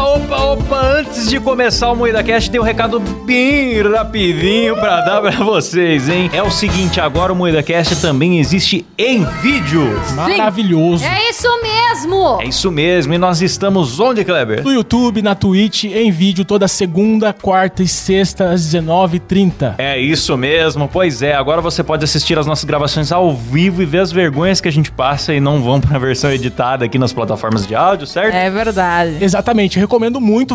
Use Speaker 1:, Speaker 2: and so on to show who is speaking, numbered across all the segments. Speaker 1: Opa, antes de começar o Moeda Cast, tem um recado bem rapidinho pra dar pra vocês, hein? É o seguinte, agora o Moeda Cast também existe em vídeo.
Speaker 2: Maravilhoso.
Speaker 3: É isso mesmo!
Speaker 1: É isso mesmo, e nós estamos onde, Kleber?
Speaker 2: No YouTube, na Twitch, em vídeo, toda segunda, quarta e sexta, às 19h30.
Speaker 1: É isso mesmo, pois é. Agora você pode assistir as nossas gravações ao vivo e ver as vergonhas que a gente passa e não vão pra versão editada aqui nas plataformas de áudio, certo?
Speaker 3: É verdade.
Speaker 2: Exatamente, recomendo muito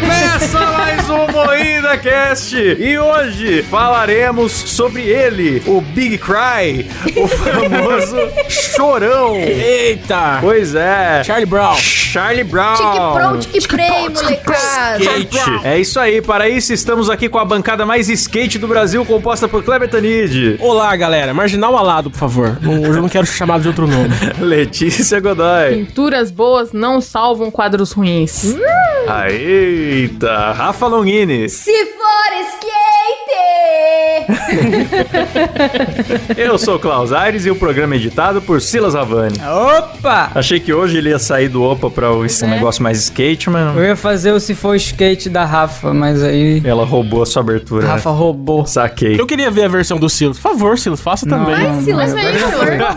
Speaker 1: Começa mais um Moída Cast e hoje falaremos sobre ele, o Big Cry, o famoso chorão.
Speaker 2: Eita!
Speaker 1: Pois é.
Speaker 2: Charlie Brown.
Speaker 1: Charlie
Speaker 3: Tique pro,
Speaker 1: Brown.
Speaker 3: tique prei, molecada.
Speaker 1: Skate. É isso aí, para isso estamos aqui com a bancada mais skate do Brasil, composta por Kleber Tanid,
Speaker 2: Olá, galera. Marginal Alado, por favor. Não- Hoje eu não quero ser chamado de outro nome.
Speaker 1: Letícia Godoy,
Speaker 4: Pinturas boas não salvam quadros ruins.
Speaker 1: Ah, eita, Rafa Longini,
Speaker 3: Se for skate!
Speaker 1: eu sou o Klaus Aires e o programa é editado por Silas Havani.
Speaker 5: Opa!
Speaker 1: Achei que hoje ele ia sair do Opa pra esse negócio mais skate,
Speaker 5: Eu
Speaker 1: mas
Speaker 5: ia fazer o se for skate da Rafa, mas aí.
Speaker 1: ela roubou a sua abertura. né?
Speaker 5: Rafa roubou.
Speaker 1: Saquei.
Speaker 2: Eu queria ver a versão do Silas. Por favor, Silas, faça também.
Speaker 3: Ai, Silas,
Speaker 1: é
Speaker 3: me ajuda.
Speaker 5: Agora já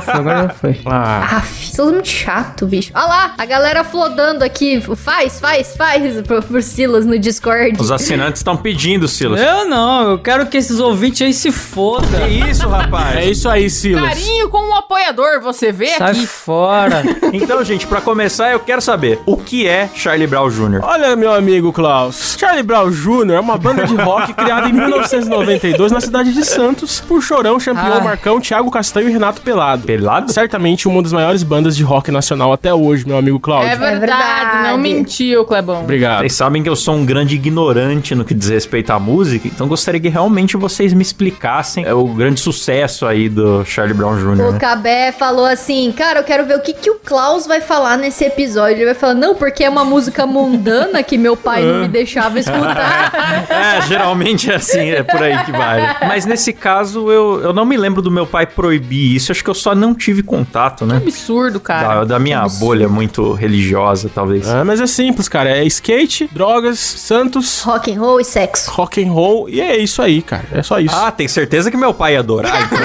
Speaker 5: foi, agora já foi.
Speaker 2: Ah,
Speaker 3: Aff, Silas é muito chato, bicho. Olha lá, a galera flodando aqui. Faz, faz, faz pro, pro Silas no Discord.
Speaker 1: Os assinantes estão pedindo, Silas.
Speaker 5: Eu não, eu quero que esses ouvintes aí se
Speaker 1: Que
Speaker 5: fodam.
Speaker 1: É. isso, rapaz?
Speaker 2: é isso aí, Silas.
Speaker 4: Carinho com o apoiador, você vê
Speaker 5: Sai
Speaker 4: aqui.
Speaker 5: fora.
Speaker 1: Então, gente, pra começar, eu quero saber o que é Charlie Brown Jr.
Speaker 2: Olha, meu amigo Klaus, Charlie Brown Jr. é uma banda de rock criada em 1992 na cidade de Santos por Chorão, Champion,
Speaker 5: Ah.
Speaker 2: Marcão, Thiago Castanho e Renato Pelado.
Speaker 1: Pelado?
Speaker 2: Certamente uma das maiores bandas de rock nacional até hoje, meu amigo Cláudio.
Speaker 4: É verdade, não mentiu, Clebão.
Speaker 2: Obrigado.
Speaker 1: Vocês sabem que eu sou um grande ignorante no que diz respeito à música, então gostaria que realmente vocês me explicassem é, o grande sucesso aí do Charlie Brown Jr.
Speaker 3: O
Speaker 1: Né?
Speaker 3: Cabé falou assim, cara, eu quero ver o que, que o Klaus vai falar nesse episódio. Ele vai falar, não, porque é uma música mundana que meu pai não me deixava escutar.
Speaker 1: É, geralmente é assim, é por aí que vai. Mas nesse caso, eu, eu não me lembro do meu pai proibir isso, acho que eu só não tive contato, né?
Speaker 4: Absurdo, cara.
Speaker 1: Da, da minha bolha muito religiosa, talvez.
Speaker 2: Ah, mas é simples, cara. É skate, drogas, Santos,
Speaker 3: Rock and roll e sexo.
Speaker 2: rock and roll e é isso aí, cara. É só isso.
Speaker 1: Ah, tem certeza que meu pai ia adorar. então.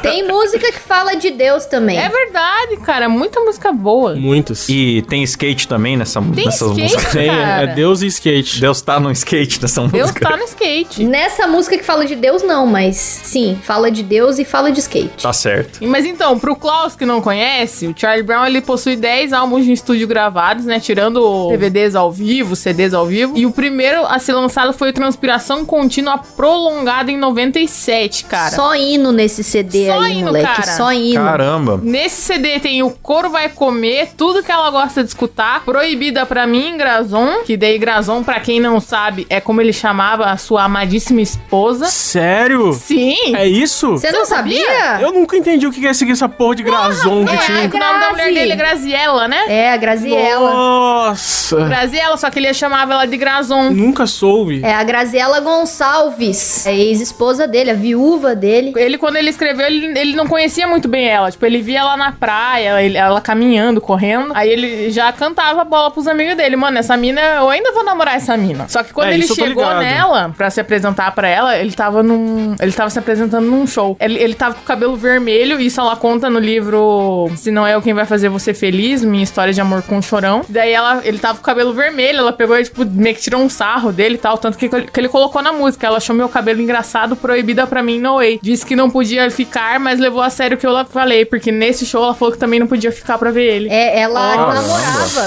Speaker 3: Tem música que fala de Deus também.
Speaker 4: É verdade, cara. Muita música boa.
Speaker 2: Muitos.
Speaker 1: e tem skate também nessa,
Speaker 4: Tem
Speaker 1: nessas músicas.
Speaker 4: skate,
Speaker 2: Tem,
Speaker 4: cara.
Speaker 2: é Deus e skate.
Speaker 1: Deus tá no skate nessa
Speaker 4: Deus
Speaker 1: música.
Speaker 4: tá no skate.
Speaker 3: Nessa música que fala de Deus, não, mas sim, fala de Deus e fala de skate.
Speaker 1: Tá certo.
Speaker 4: Mas então, pro Klaus que não conhece, o Charlie Brown ele possui 10 álbuns de estúdio gravados, né? Tirando DVDs ao vivo, CDs ao vivo. E o primeiro a ser lançado foi o Transpiração Contínua Prolongada em 97, cara.
Speaker 3: Só hino nesse CD
Speaker 4: Só
Speaker 3: aí,
Speaker 4: hino,
Speaker 3: moleque.
Speaker 4: cara.
Speaker 3: Só hino.
Speaker 1: Caramba.
Speaker 4: Nesse CD tem O Coro Vai Comer, Tudo Que Ela Gosta de Escutar, Proibida Pra Mim, Grazon, que daí Grazon, pra quem não sabe, é como ele chamava a sua amadíssima esposa.
Speaker 2: Sério?
Speaker 4: Sim!
Speaker 2: É isso?
Speaker 3: Você não sabia?
Speaker 2: Eu nunca entendi o que é seguir essa porra de tipo, grazon que
Speaker 4: É,
Speaker 2: tinha.
Speaker 4: que o nome da mulher
Speaker 3: Grazi.
Speaker 4: dele é Graziella, né?
Speaker 3: É, a Graziella.
Speaker 2: Nossa! É.
Speaker 4: Graziella, só que ele chamava ela de Grazon.
Speaker 2: Nunca soube.
Speaker 3: É, a Graziella Gabriela Gonçalves, a ex-esposa dele, a viúva dele.
Speaker 4: Ele, quando ele escreveu, ele, ele não conhecia muito bem ela. Tipo, ele via ela na praia, ele- ela caminhando, correndo. Aí ele já cantava a bola pros amigos dele. Mano, essa mina, eu ainda vou namorar essa mina. Só que quando
Speaker 2: É,
Speaker 4: ele
Speaker 2: isso eu tô
Speaker 4: chegou
Speaker 2: ligado.
Speaker 4: nela, pra se apresentar pra ela, ele tava num. Ele tava se apresentando num show. Ele, ele tava com o cabelo vermelho, isso ela conta no livro Se Não É Eu Quem Vai Fazer Você Feliz, Minha História de Amor com um Chorão. Daí ela, ele tava com o cabelo vermelho, ela pegou e, tipo, meio que tirou um sarro dele e tal. Tanto que, que ele colocou na música. Ela achou meu cabelo engraçado, proibida pra mim, no way. Disse que não podia ficar, mas levou a sério o que eu lá falei, porque nesse show ela falou que também não podia ficar pra ver ele.
Speaker 3: É, ela
Speaker 4: Nossa.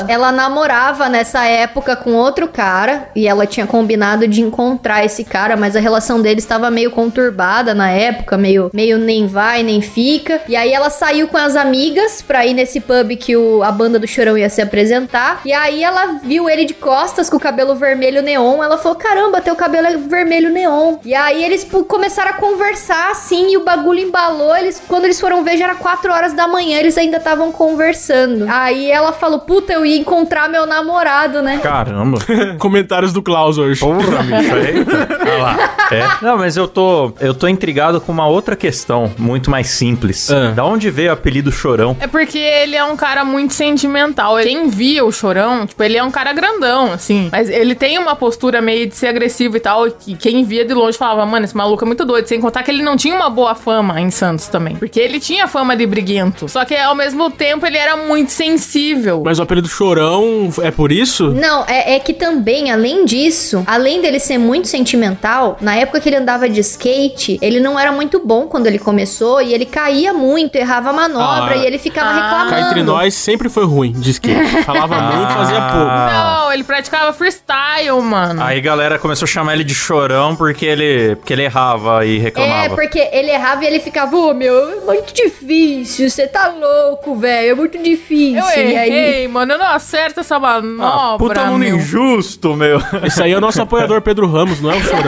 Speaker 3: namorava. Ela namorava nessa época com outro cara e ela tinha combinado de encontrar esse cara, mas a relação deles estava meio conturbada na época, meio, meio nem vai nem fica. E aí ela saiu com as amigas pra ir nesse pub que o- a banda do Chorão ia se apresentar. E aí ela viu ele de costas com o cabelo vermelho neon. Ela falou: "Caramba, teu cabelo é vermelho neon". E aí eles pô, começaram a conversar assim e o bagulho embalou. Eles quando eles foram ver já era 4 horas da manhã, eles ainda estavam conversando. Aí ela falou: "Puta, eu ia encontrar meu namorado, né?"
Speaker 1: Caramba.
Speaker 2: Comentários do Klaus hoje.
Speaker 1: Porra, bicho, eita. Olha lá. É. Não, mas eu tô, eu tô intrigado com uma outra questão, muito mais simples.
Speaker 2: Ah.
Speaker 1: Da onde veio o apelido Chorão?
Speaker 4: É porque ele é um cara muito sentimental. Quem via o Chorão, tipo, ele é um cara grandão, assim. Mas ele tem uma postura meio de ser agressivo e tal. Que quem via de longe falava, mano, esse maluco é muito doido. Sem contar que ele não tinha uma boa fama em Santos também. Porque ele tinha fama de briguento. Só que ao mesmo tempo ele era muito sensível.
Speaker 2: Mas o apelido Chorão é por isso?
Speaker 3: Não, é, é que também, além disso, além dele ser muito sentimental, na época que ele andava de skate, ele não era muito bom quando ele começou e ele caía muito, errava a manobra
Speaker 2: Ah,
Speaker 3: e ele ficava
Speaker 4: ah.
Speaker 2: Cá entre
Speaker 3: reclamando.
Speaker 2: nós sempre foi ruim de skate. Falava muito, fazia pouco.
Speaker 4: Não, ele praticava freestyle, mano.
Speaker 1: Aí a galera começou a chamar ele de Chorão porque ele, porque ele errava e reclamava.
Speaker 3: É, porque ele errava e ele ficava, ô meu, é muito difícil, você tá louco, velho, é muito difícil.
Speaker 4: Eu
Speaker 3: e aí.
Speaker 4: errei, mano. Eu não acerto essa manobra.
Speaker 1: Ah, puta mundo
Speaker 4: meu.
Speaker 1: injusto, meu.
Speaker 2: Esse aí é o nosso apoiador Pedro Ramos, não é o Chorão.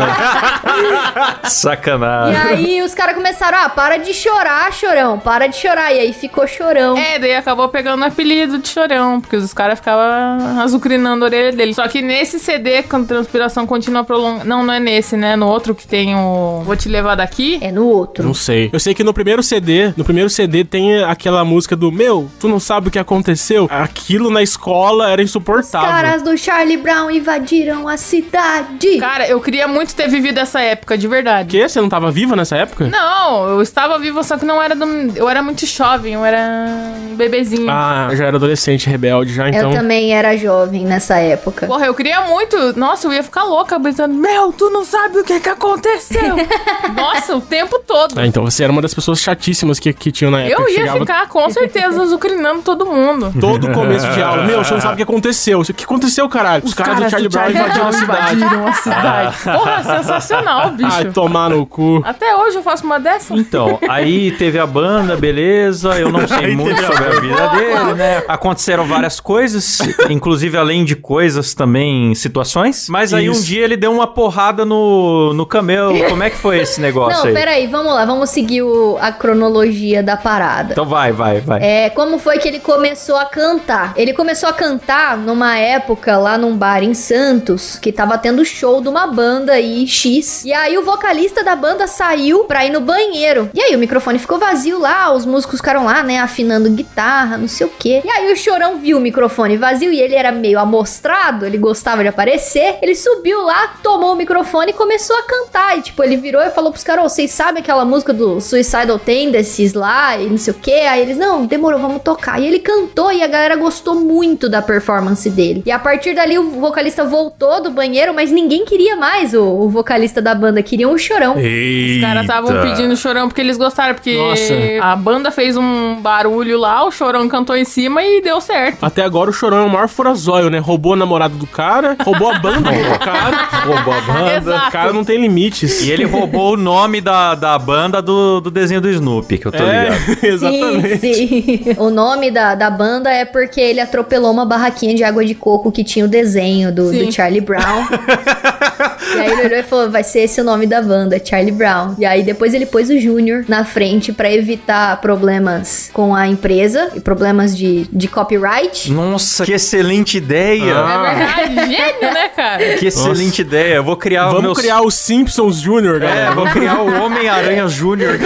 Speaker 3: E
Speaker 1: Sacanagem.
Speaker 3: aí os caras começaram, ah, para de chorar, chorão, para de chorar. E aí ficou chorão.
Speaker 4: É, daí acabou pegando o apelido de chorão, porque os caras ficavam azucrinando a orelha dele. Só que nesse CD, quando transpiração contínua prolongada. Não, não é nesse, né? No outro que tem o Vou Te Levar Daqui.
Speaker 3: É no outro.
Speaker 2: Não sei. Eu sei que no primeiro CD, no primeiro CD tem aquela música do Meu, tu não sabe o que aconteceu? Aquilo na escola era
Speaker 3: Os
Speaker 2: insuportável.
Speaker 3: caras do Charlie Brown invadiram a cidade.
Speaker 4: Cara, eu queria muito ter vivido essa época, de verdade.
Speaker 2: Quê? Você não tava viva nessa época?
Speaker 4: Não, eu estava viva, só que não era. do- Eu era muito jovem, eu era um bebezinho.
Speaker 2: Ah, eu já era adolescente, rebelde já, então.
Speaker 3: Eu também era jovem nessa época.
Speaker 4: Porra, eu queria muito. Nossa, eu ia ficar louca pensando: Meu, tu não sabe o que que aconteceu. Nossa, o tempo todo.
Speaker 2: Ah, então você era uma das pessoas chatíssimas que, que tinham na época.
Speaker 4: Eu
Speaker 2: que
Speaker 4: ia
Speaker 2: é, chegava
Speaker 4: ficar com certeza azucrinando todo mundo.
Speaker 2: Todo começo de aula. Meu, você não sabe o que aconteceu. O que aconteceu, caralho? Os, caras, do Charlie Brown invadiram a cidade.
Speaker 4: invadiram a cidade. Porra, sensacional, bicho.
Speaker 2: Ai, tomar no cu.
Speaker 4: Até hoje eu faço uma dessa.
Speaker 1: Então, aí teve a banda, beleza. Eu não sei muito sobre a vida dele, né? Aconteceram várias coisas, inclusive além de coisas também situações. Mas aí um
Speaker 2: Isso.
Speaker 1: dia ele deu uma porrada no, no camelo. Como é que foi esse negócio
Speaker 3: Não,
Speaker 1: aí?
Speaker 3: peraí, vamos lá, vamos seguir o- a cronologia da parada.
Speaker 1: Então vai, vai, vai.
Speaker 3: É, como foi que ele começou a cantar? Ele começou a cantar numa época lá num bar em Santos, que tava tendo show de uma banda aí, X. E aí o vocalista da banda saiu pra ir no banheiro. E aí o microfone ficou vazio lá, os músicos ficaram lá, né, afinando guitarra, não sei o quê. E aí o Chorão viu o microfone vazio e ele era meio amostrado, ele gostava de aparecer. Ele subiu lá, tomou o microfone e começou a cantar. E tipo, ele virou e falou pros caras, "Ô, vocês sabem aquela música do Suicidal Tendencies lá e não sei o quê? Aí eles, não, demorou, vamos tocar. E ele cantou e a galera gostou muito da performance dele. E a partir dali o vocalista voltou do banheiro, mas ninguém queria mais o, o vocalista da banda, queriam o Chorão.
Speaker 1: Eita.
Speaker 4: Os caras estavam pedindo chorão porque eles gostaram, porque
Speaker 2: Nossa.
Speaker 4: a banda fez um barulho lá, o chorão cantou em cima e deu certo.
Speaker 2: Até agora o Chorão é o maior furazóio, né? Roubou a namorada do cara, roubou a banda do cara.
Speaker 1: Roubou a banda.
Speaker 2: O cara não tem limites.
Speaker 1: E é ele roubou o nome da, da banda do, do desenho do Snoopy, que eu tô
Speaker 2: É,
Speaker 1: tá ligado.
Speaker 2: exatamente.
Speaker 3: Sim, sim. O nome da, da banda é porque ele atropelou uma barraquinha de água de coco que tinha o desenho do,
Speaker 4: Sim.
Speaker 3: do Charlie Brown. E aí ele olhou e falou: vai ser esse o nome da banda, Charlie Brown. E aí depois ele pôs o Júnior na frente pra evitar problemas com a empresa e problemas de, de copyright.
Speaker 1: Nossa, que excelente ideia.
Speaker 2: Ah.
Speaker 4: É verdade, gênio, né, cara?
Speaker 1: Que excelente ideia. Eu vou criar o
Speaker 2: Vamos
Speaker 1: meus...
Speaker 2: criar o Simpsons Jr.,
Speaker 1: É,
Speaker 2: galera.
Speaker 1: vou criar o Homem-Aranha Júnior.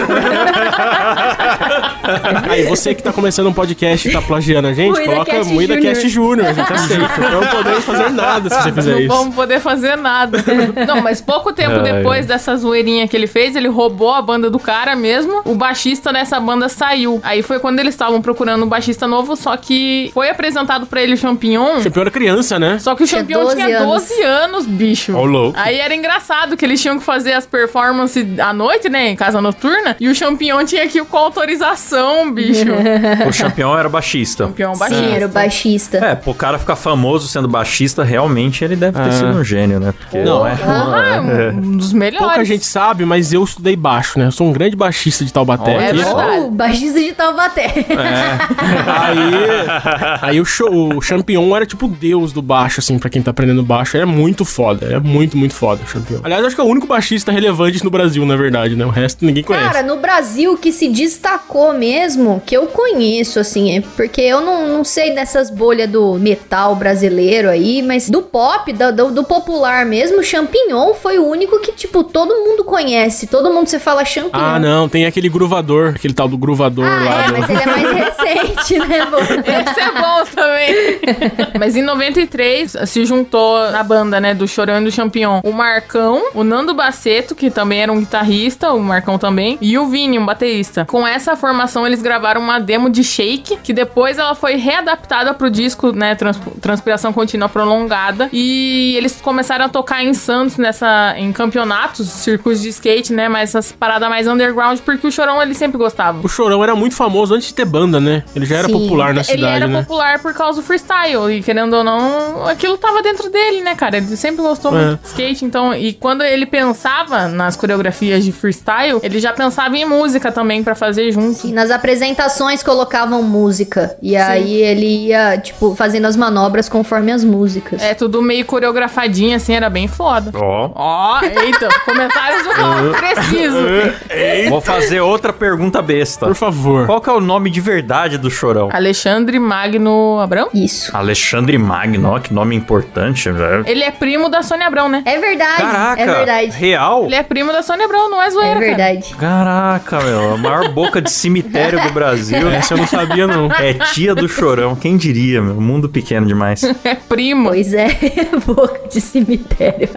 Speaker 2: Aí você que tá começando um podcast e tá plagiando a gente,
Speaker 3: Moída
Speaker 2: coloca
Speaker 3: Cast
Speaker 2: Moída
Speaker 3: Júnior.
Speaker 2: Cast Júnior. gente aceita. Não podemos fazer nada se você fizer
Speaker 4: Não
Speaker 2: é isso.
Speaker 4: vamos poder fazer nada. Não, mas pouco tempo
Speaker 1: Ai.
Speaker 4: depois dessa zoeirinha que ele fez, ele roubou a banda do cara mesmo. O baixista dessa banda saiu. Aí foi quando eles estavam procurando um baixista novo, só que foi apresentado pra ele o Champignon.
Speaker 2: Champion era criança, né?
Speaker 4: Só que o
Speaker 3: Tinha
Speaker 4: Champignon
Speaker 3: 12
Speaker 4: tinha
Speaker 3: anos.
Speaker 4: 12 anos, bicho.
Speaker 2: Ó, louco.
Speaker 4: Aí era engraçado que eles tinham que fazer as performances à noite, né? Em casa noturna. E o Champignon tinha que ir com autorização, bicho.
Speaker 1: o campeão era baixista.
Speaker 4: Champignon
Speaker 3: Sim, era o
Speaker 4: baixista.
Speaker 3: baixista.
Speaker 1: É, pro cara ficar famoso sendo baixista, realmente ele deve ter
Speaker 2: Ah.
Speaker 1: sido um gênio, né? Porque
Speaker 2: Não, é.
Speaker 4: Ah, um dos melhores.
Speaker 2: Pouca gente sabe, mas eu estudei baixo, né? Eu sou um grande baixista de Taubaté.
Speaker 1: Olha
Speaker 2: aqui.
Speaker 4: só.
Speaker 3: Oh, o baixista de Taubaté.
Speaker 2: É. Aí, aí o, show, o Champion era tipo o deus do baixo, assim, pra quem tá aprendendo baixo. Era muito foda. Era muito, muito foda o Champion. Aliás, acho que é o único baixista relevante no Brasil, na verdade, né? O resto ninguém conhece.
Speaker 3: Cara, no Brasil que se destacou mesmo, que eu conheço, assim, é porque eu não, não sei dessas bolhas do metal brasileiro aí, mas do pop, do, do- do popular mesmo, Champignon foi o único que, tipo, todo mundo conhece. Todo mundo você fala Champignon.
Speaker 2: ah, não, tem aquele gruvador, aquele tal do gruvador lá.
Speaker 3: Ah, é,
Speaker 2: do-
Speaker 3: mas ele é mais recente, né, amor?
Speaker 4: Isso é bom também. Mas em 93 se juntou na banda, né, do Chorão e do Champion, o Marcão, o Nando Baceto, que também era um guitarrista, o Marcão também, e o Vini, um baterista. Com essa formação eles gravaram uma demo de Shake, que depois ela foi readaptada pro disco, né, Trans- Transpiração Contínua Prolongada, e eles começaram a tocar em Santos nessa em campeonatos, circuitos de skate, né, mas essas paradas mais underground, porque o Chorão ele sempre gostava.
Speaker 2: O Chorão era muito famoso antes de ter banda, né? Ele já era
Speaker 3: Sim.
Speaker 2: popular na
Speaker 4: Ele
Speaker 2: cidade,
Speaker 4: era
Speaker 2: né?
Speaker 4: popular por causa do freestyle. E querendo ou não, aquilo tava dentro dele, né, cara? Ele sempre gostou
Speaker 2: É.
Speaker 4: muito de skate. Então, e quando ele pensava nas coreografias de freestyle, ele já pensava em música também pra fazer junto.
Speaker 3: E nas apresentações colocavam música. E aí ele ia, tipo, fazendo as manobras conforme as músicas.
Speaker 4: É tudo meio coreografadinho, assim, era bem foda.
Speaker 1: Ó.
Speaker 4: Ó, eita, comentários do
Speaker 2: Uhum.
Speaker 4: Paulo, preciso.
Speaker 1: Vou fazer outra pergunta besta.
Speaker 2: Por favor.
Speaker 1: Qual que é o nome de verdade do Chorão?
Speaker 4: Alexandre Magno Abrão?
Speaker 3: Isso.
Speaker 1: Alexandre Magno, ó, que nome importante, velho.
Speaker 4: Ele é primo da Sônia Abrão, né?
Speaker 3: É verdade.
Speaker 1: Caraca,
Speaker 3: É verdade.
Speaker 1: real?
Speaker 4: Ele é primo da Sônia Abrão, não é zoeira,
Speaker 3: É
Speaker 4: cara.
Speaker 3: verdade.
Speaker 1: Caraca, meu, a maior boca de cemitério do Brasil.
Speaker 2: Essa eu não sabia, não.
Speaker 1: É tia do Chorão, quem diria, meu? Mundo pequeno demais.
Speaker 4: É primo.
Speaker 3: Pois é, boca de cemitério.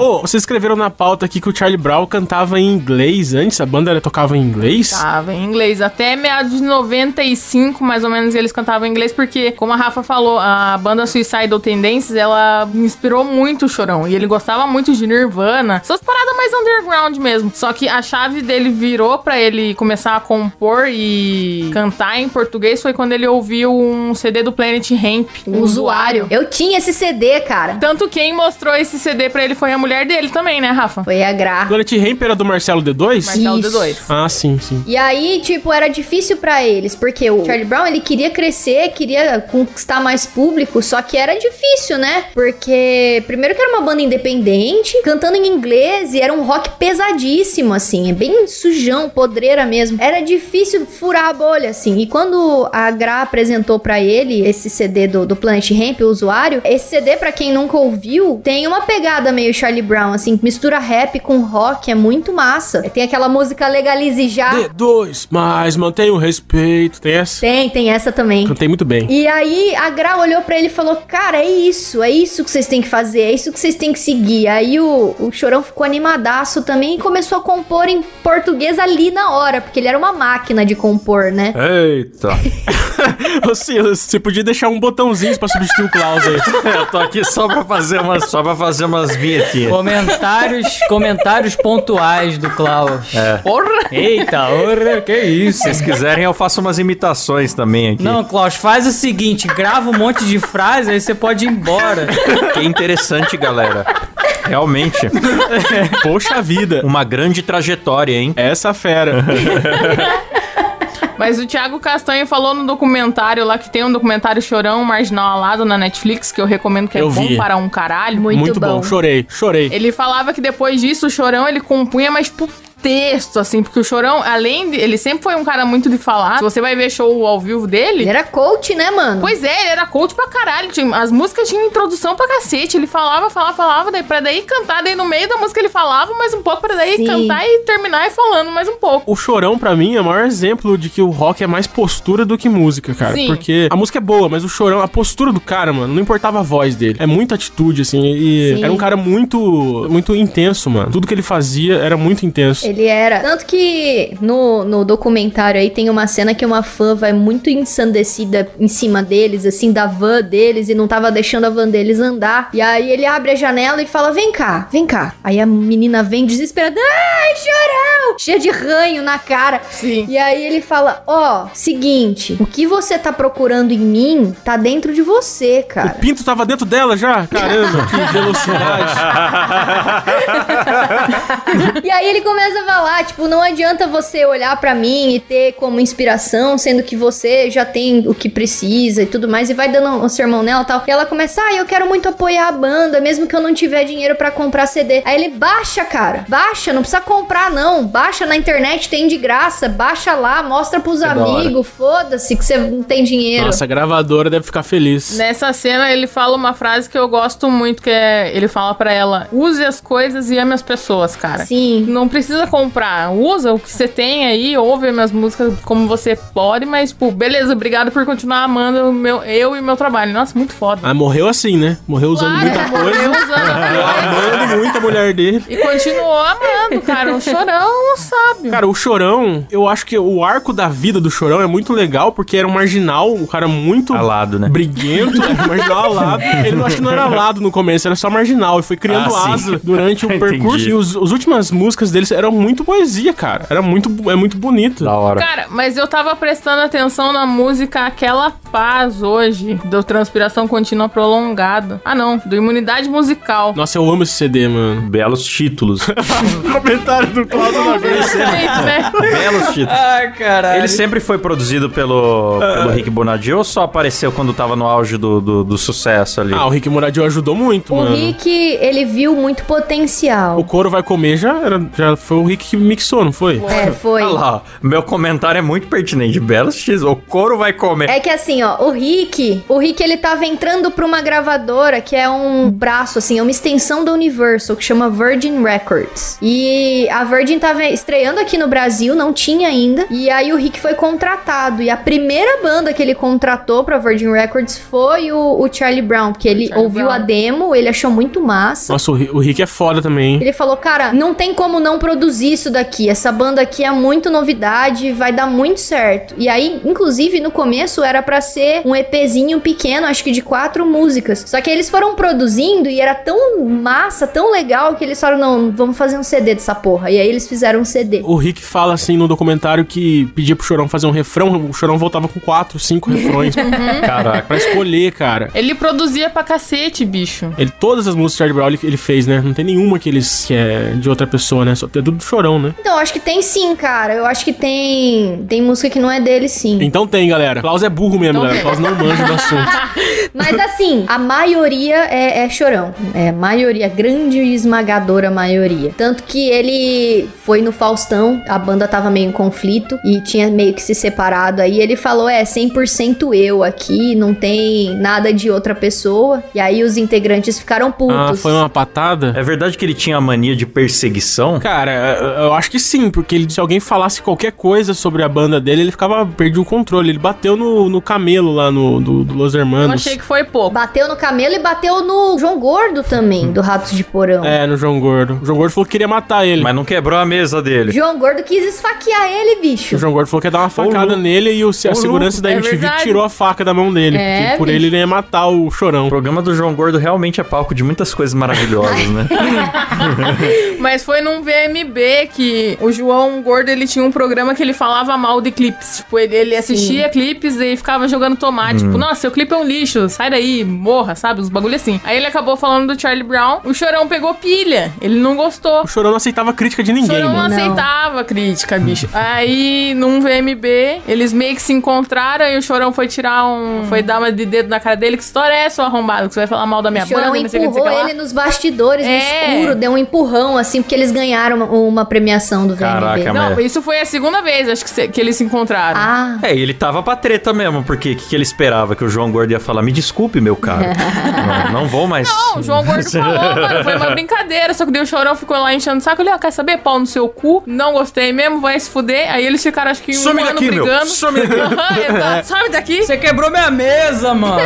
Speaker 2: Ô, vocês escreveram na pauta aqui que o Charlie Brown cantava em inglês antes, a banda era, tocava em inglês?
Speaker 4: Cantava em inglês. Até meados de 95, mais ou menos, eles cantavam em inglês, porque, como a Rafa falou, a banda Suicidal Tendencies, ela inspirou muito o Chorão. E ele gostava muito de Nirvana. Essas paradas mais underground mesmo. Só que a chave dele virou pra ele começar a compor e cantar em português foi quando ele ouviu um CD do Planet Hemp.
Speaker 3: O usuário. Eu tinha esse CD, cara.
Speaker 4: Tanto quem mostrou esse CD pra ele foi a mulher dele também, né, Rafa?
Speaker 3: Foi a Gra.
Speaker 2: Donald Hemp era do Marcelo D2?
Speaker 4: Marcelo
Speaker 3: Isso.
Speaker 4: D2.
Speaker 2: Ah, sim, sim.
Speaker 3: E aí, tipo, era difícil pra eles, porque o Charlie Brown, ele queria crescer, queria conquistar mais público, só que era difícil, né? Porque primeiro que era uma banda independente, cantando em inglês e era um rock pesadíssimo assim, é bem sujão, podreira mesmo. Era difícil furar a bolha assim. E quando a Gra apresentou pra ele esse CD do, do Planet Hemp, o usuário, esse CD pra quem nunca ouviu, tem uma pegada meio Charlie Brown assim, mistura rap com rock, é muito massa. Tem aquela música Legalize Já.
Speaker 2: D2, mas mantenha o respeito. Tem essa?
Speaker 3: Tem, tem essa também.
Speaker 2: Cantei muito bem.
Speaker 3: E aí a Gra olhou pra ele e falou: Cara, é isso, é isso que vocês têm que fazer, é isso que vocês têm que seguir. Aí o, o Chorão ficou animadaço também e começou a compor em português ali na hora, porque ele era uma máquina de compor, né?
Speaker 1: Eita.
Speaker 2: Ô, Silas, você podia deixar um botãozinho pra substituir o Klaus aí.
Speaker 1: Eu tô aqui só pra fazer umas, só pra fazer umas vinhetinhas.
Speaker 5: Comentários, comentários pontuais do Klaus.
Speaker 4: É. Porra!
Speaker 5: Eita, orra, que isso.
Speaker 1: Se vocês quiserem, eu faço umas imitações também aqui.
Speaker 5: Não, Klaus, faz o seguinte, grava um monte de frase, aí você pode ir embora.
Speaker 1: Que interessante, galera. Realmente,
Speaker 2: Poxa vida.
Speaker 1: uma grande trajetória, hein?
Speaker 2: Essa fera.
Speaker 4: Mas o Thiago Castanho falou no documentário lá que tem um documentário Chorão Marginal Alado na Netflix, que eu recomendo que é
Speaker 2: Eu
Speaker 4: bom
Speaker 2: vi.
Speaker 4: para um caralho.
Speaker 3: Muito bom.
Speaker 2: Chorei, chorei.
Speaker 4: Ele falava que depois disso o Chorão ele compunha, mas pro texto, assim, porque o Chorão, além de. Ele sempre foi um cara muito de falar. Se você vai ver show ao vivo dele.
Speaker 3: Ele era coach, né, mano?
Speaker 4: Pois é, ele era coach pra caralho. tinha- As músicas tinham introdução pra cacete. Ele falava, falava, falava, daí pra daí cantar. Daí no meio da música ele falava mais um pouco, pra daí
Speaker 3: Sim.
Speaker 4: cantar e terminar e falando mais um pouco.
Speaker 2: O Chorão, pra mim, é o maior exemplo de que o rock é mais postura do que música, cara.
Speaker 4: Sim.
Speaker 2: Porque a música é boa, mas o Chorão, a postura do cara, mano, não importava a voz dele. É muita atitude, assim, e
Speaker 3: Sim.
Speaker 2: era um cara muito, muito intenso, mano. Tudo que ele fazia era muito intenso.
Speaker 3: Ele era. Tanto que no, no documentário aí tem uma cena que uma fã vai muito ensandecida em cima deles, assim, da van deles, e não tava deixando a van deles andar. E aí ele abre a janela e fala: Vem cá, vem cá. Aí a menina vem desesperada: Ai, chorão! Cheia de ranho na cara.
Speaker 4: Sim.
Speaker 3: E aí ele fala: Ó, seguinte, o que você tá procurando em mim tá dentro de você,
Speaker 2: O
Speaker 3: cara.
Speaker 2: Pinto tava dentro dela já? Caramba, que velocidade.
Speaker 3: E aí ele começa a falar, tipo, não adianta você olhar pra mim e ter como inspiração, sendo que você já tem o que precisa e tudo mais, e vai dando um sermão nela e tal. E ela começa, ah, eu quero muito apoiar a banda, mesmo que eu não tiver dinheiro pra comprar CD. Aí ele baixa, cara, baixa, não precisa comprar não, baixa na internet, tem de graça, baixa lá, mostra pros
Speaker 2: da hora.
Speaker 3: amigos, foda-se que você não tem dinheiro.
Speaker 2: Nossa, a gravadora deve ficar feliz.
Speaker 4: Nessa cena ele fala uma frase que eu gosto muito, que é ele fala pra ela: "Use as coisas e ame as pessoas, cara".
Speaker 3: Sim.
Speaker 4: Não precisa comprar, usa o que você tem aí, ouve minhas músicas como você pode, mas tipo, beleza, obrigado por continuar amando o meu, eu e o meu trabalho. Nossa, muito foda.
Speaker 2: Ah, morreu assim, né? Morreu usando
Speaker 4: Claro,
Speaker 2: muita coisa. Ah,
Speaker 4: morreu usando outra coisa.
Speaker 2: Amando muito a mulher dele.
Speaker 4: E continuou amando, cara. Um chorão sábio.
Speaker 2: Cara, o Chorão, eu acho que o arco da vida do Chorão é muito legal, porque era um marginal, um cara muito
Speaker 1: Alado, né?
Speaker 2: briguento, era um marginal alado. Ele não, acho que não era alado no começo, era só marginal. E foi criando
Speaker 1: Ah, sim.
Speaker 2: asa durante o
Speaker 1: Entendi.
Speaker 2: percurso. E os, as últimas músicas deles eram muito poesia, cara. Era muito, é muito bonito.
Speaker 1: hora.
Speaker 4: Cara, mas eu tava prestando atenção na música Aquela Paz hoje, do Transpiração Contínua Prolongada. Ah, não, do Imunidade Musical.
Speaker 2: Nossa, eu amo esse CD, mano.
Speaker 1: Belos títulos.
Speaker 2: Comentário do Cláudio da
Speaker 4: Perfeito, né?
Speaker 1: Belos títulos.
Speaker 5: Ah, caralho.
Speaker 1: Ele sempre foi produzido pelo, pelo Rick Bonadio ou só apareceu quando tava no auge do, do, do sucesso ali?
Speaker 2: Ah, o Rick Moradio ajudou muito,
Speaker 3: O
Speaker 2: mano.
Speaker 3: Rick, ele viu muito
Speaker 2: O
Speaker 3: potencial.
Speaker 2: couro vai comer já, era- já foi o Rick que mixou, não foi?
Speaker 3: É, foi.
Speaker 1: Olha lá, ó. meu comentário é muito pertinente. Belos títulos. O couro vai comer.
Speaker 3: É que assim, ó, o Rick, o Rick ele tava entrando pra uma gravadora que é um braço, assim, é uma extensão do universo, que chama Virgin Records. E a Virgin tava estreando aqui no Brasil, não tinha ainda. E aí o Rick foi contratado. E a primeira banda que ele contratou pra Virgin Records foi o, o Charlie Brown, porque ele
Speaker 4: Charlie
Speaker 3: ouviu
Speaker 4: Brown.
Speaker 3: a demo, ele achou muito massa.
Speaker 2: Nossa, o Ri- o Rick é foda também, hein?
Speaker 3: Ele falou, cara, não tem como não produzir isso daqui. Essa banda aqui é muito novidade, vai dar muito certo. E aí, inclusive, no começo era pra ser um EPzinho pequeno, acho que de quatro músicas. Só que eles foram produzindo e era tão massa, tão legal, que eles falaram, não, vamos fazer um CD dessa porra. E aí eles fizeram um CD.
Speaker 2: O Rick fala assim no documentário que pedia pro Chorão fazer um refrão, o Chorão voltava com quatro, cinco refrões
Speaker 1: Caraca.
Speaker 2: pra escolher, cara.
Speaker 4: Ele produzia pra cacete, bicho.
Speaker 2: Ele, todas as músicas do Charlie Brown ele, ele fez, né? Não tem nenhuma que eles que é de outra pessoa, né? Só tem tudo do Chorão, né?
Speaker 3: Então, acho que tem sim, cara. Eu acho que tem tem música que não é dele sim.
Speaker 2: Então tem, galera. Klaus é burro mesmo,
Speaker 4: Então
Speaker 2: galera.
Speaker 4: tem.
Speaker 2: Klaus não manja do assunto.
Speaker 3: Mas assim, a maioria é, é chorão. É a maioria, a grande e esmagadora maioria. Tanto que ele foi no Faustão, a banda tava meio em conflito e tinha meio que se separado. Aí ele falou: é 100% eu aqui, não tem nada de outra pessoa. E aí os integrantes ficaram
Speaker 2: Ah,
Speaker 3: putos.
Speaker 2: foi uma patada?
Speaker 1: É verdade que ele tinha a mania de perseguição?
Speaker 2: Cara, eu- eu acho que sim, porque ele- se alguém falasse qualquer coisa sobre a banda dele, ele ficava. perdia o controle. Ele bateu no, no camelo lá no, do, do Los
Speaker 4: Eu
Speaker 2: Hermanos.
Speaker 4: achei que foi pouco.
Speaker 3: Bateu no camelo e bateu no João Gordo também, do Ratos de Porão.
Speaker 2: É, no João Gordo. O João Gordo falou que queria matar ele.
Speaker 1: Mas não quebrou a mesa dele.
Speaker 3: João Gordo quis esfaquear ele, bicho.
Speaker 2: O João Gordo falou que ia dar uma facada
Speaker 1: louco.
Speaker 2: nele e o, a
Speaker 1: louco.
Speaker 2: segurança da
Speaker 4: É
Speaker 2: MTV
Speaker 4: verdade.
Speaker 2: tirou a faca da mão dele.
Speaker 4: É,
Speaker 2: porque por
Speaker 4: bicho.
Speaker 2: ele ele ia matar o
Speaker 1: O
Speaker 2: chorão.
Speaker 1: programa do João Gordo realmente é palco de muitas coisas maravilhosas, né?
Speaker 4: Mas foi num VMB que o João Gordo, ele tinha um programa que ele falava mal de clipes. Tipo, ele, ele assistia clipes e ficava jogando tomate. Tipo, nossa, seu clipe é um lixo. puta, sai daí, morra, sabe? Os bagulho assim. Aí ele acabou falando do Charlie Brown, o Chorão pegou pilha, ele não gostou.
Speaker 2: O Chorão não aceitava crítica de
Speaker 4: O
Speaker 2: ninguém, né?
Speaker 4: Chorão é não
Speaker 2: mano.
Speaker 3: Não.
Speaker 4: aceitava crítica, bicho. Aí, num VMB, eles meio que se encontraram e o Chorão foi tirar um... Foi dar uma de dedo na cara dele. Que história é essa, arrombado? Que você vai falar mal da minha
Speaker 3: O Chorão
Speaker 4: banda, não sei o que, não sei o
Speaker 3: empurrou
Speaker 4: que lá.
Speaker 3: ele nos bastidores,
Speaker 4: É.
Speaker 3: no escuro, deu um empurrão, assim, porque eles ganharam uma, uma premiação do VMB.
Speaker 1: Caraca,
Speaker 4: Não,
Speaker 1: mas...
Speaker 4: isso foi a segunda vez, acho que, se- que eles se encontraram.
Speaker 3: Ah,
Speaker 1: É, e ele tava pra treta mesmo, porque o que, que ele esperava? Que o João Gordo ia falar, me desculpe, meu caro. não, não vou mais...
Speaker 4: Não, o João Gordo falou, mano, foi uma brincadeira. Só que daí o Chorão ficou lá enchendo o saco. Ele, ó, quer saber? Pau no seu cu. Não gostei mesmo, vai se fuder. Aí eles ficaram, acho que um
Speaker 1: Some
Speaker 4: ano
Speaker 1: daqui, meu.
Speaker 4: brigando.
Speaker 1: Some daqui.
Speaker 4: Aham, exato. Some daqui.
Speaker 5: Você quebrou minha mesa, mano.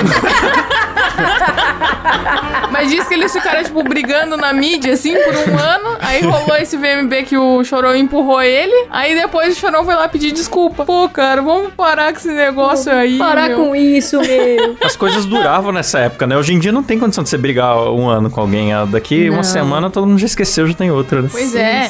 Speaker 4: Mas diz que eles ficaram, tipo, brigando na mídia, assim, por um ano. Aí rolou esse VMB que o Chorão empurrou ele. Aí depois o Chorão foi lá pedir desculpa. Pô, cara, vamos parar com esse negócio aí,
Speaker 3: parar
Speaker 4: meu.
Speaker 3: com isso, meu.
Speaker 1: As coisas duravam nessa época, né? Hoje em dia não tem condição de você brigar um ano com alguém. Ah, Daqui uma
Speaker 3: Não.
Speaker 1: semana todo mundo já esqueceu, já tem outra, né?
Speaker 4: Pois é.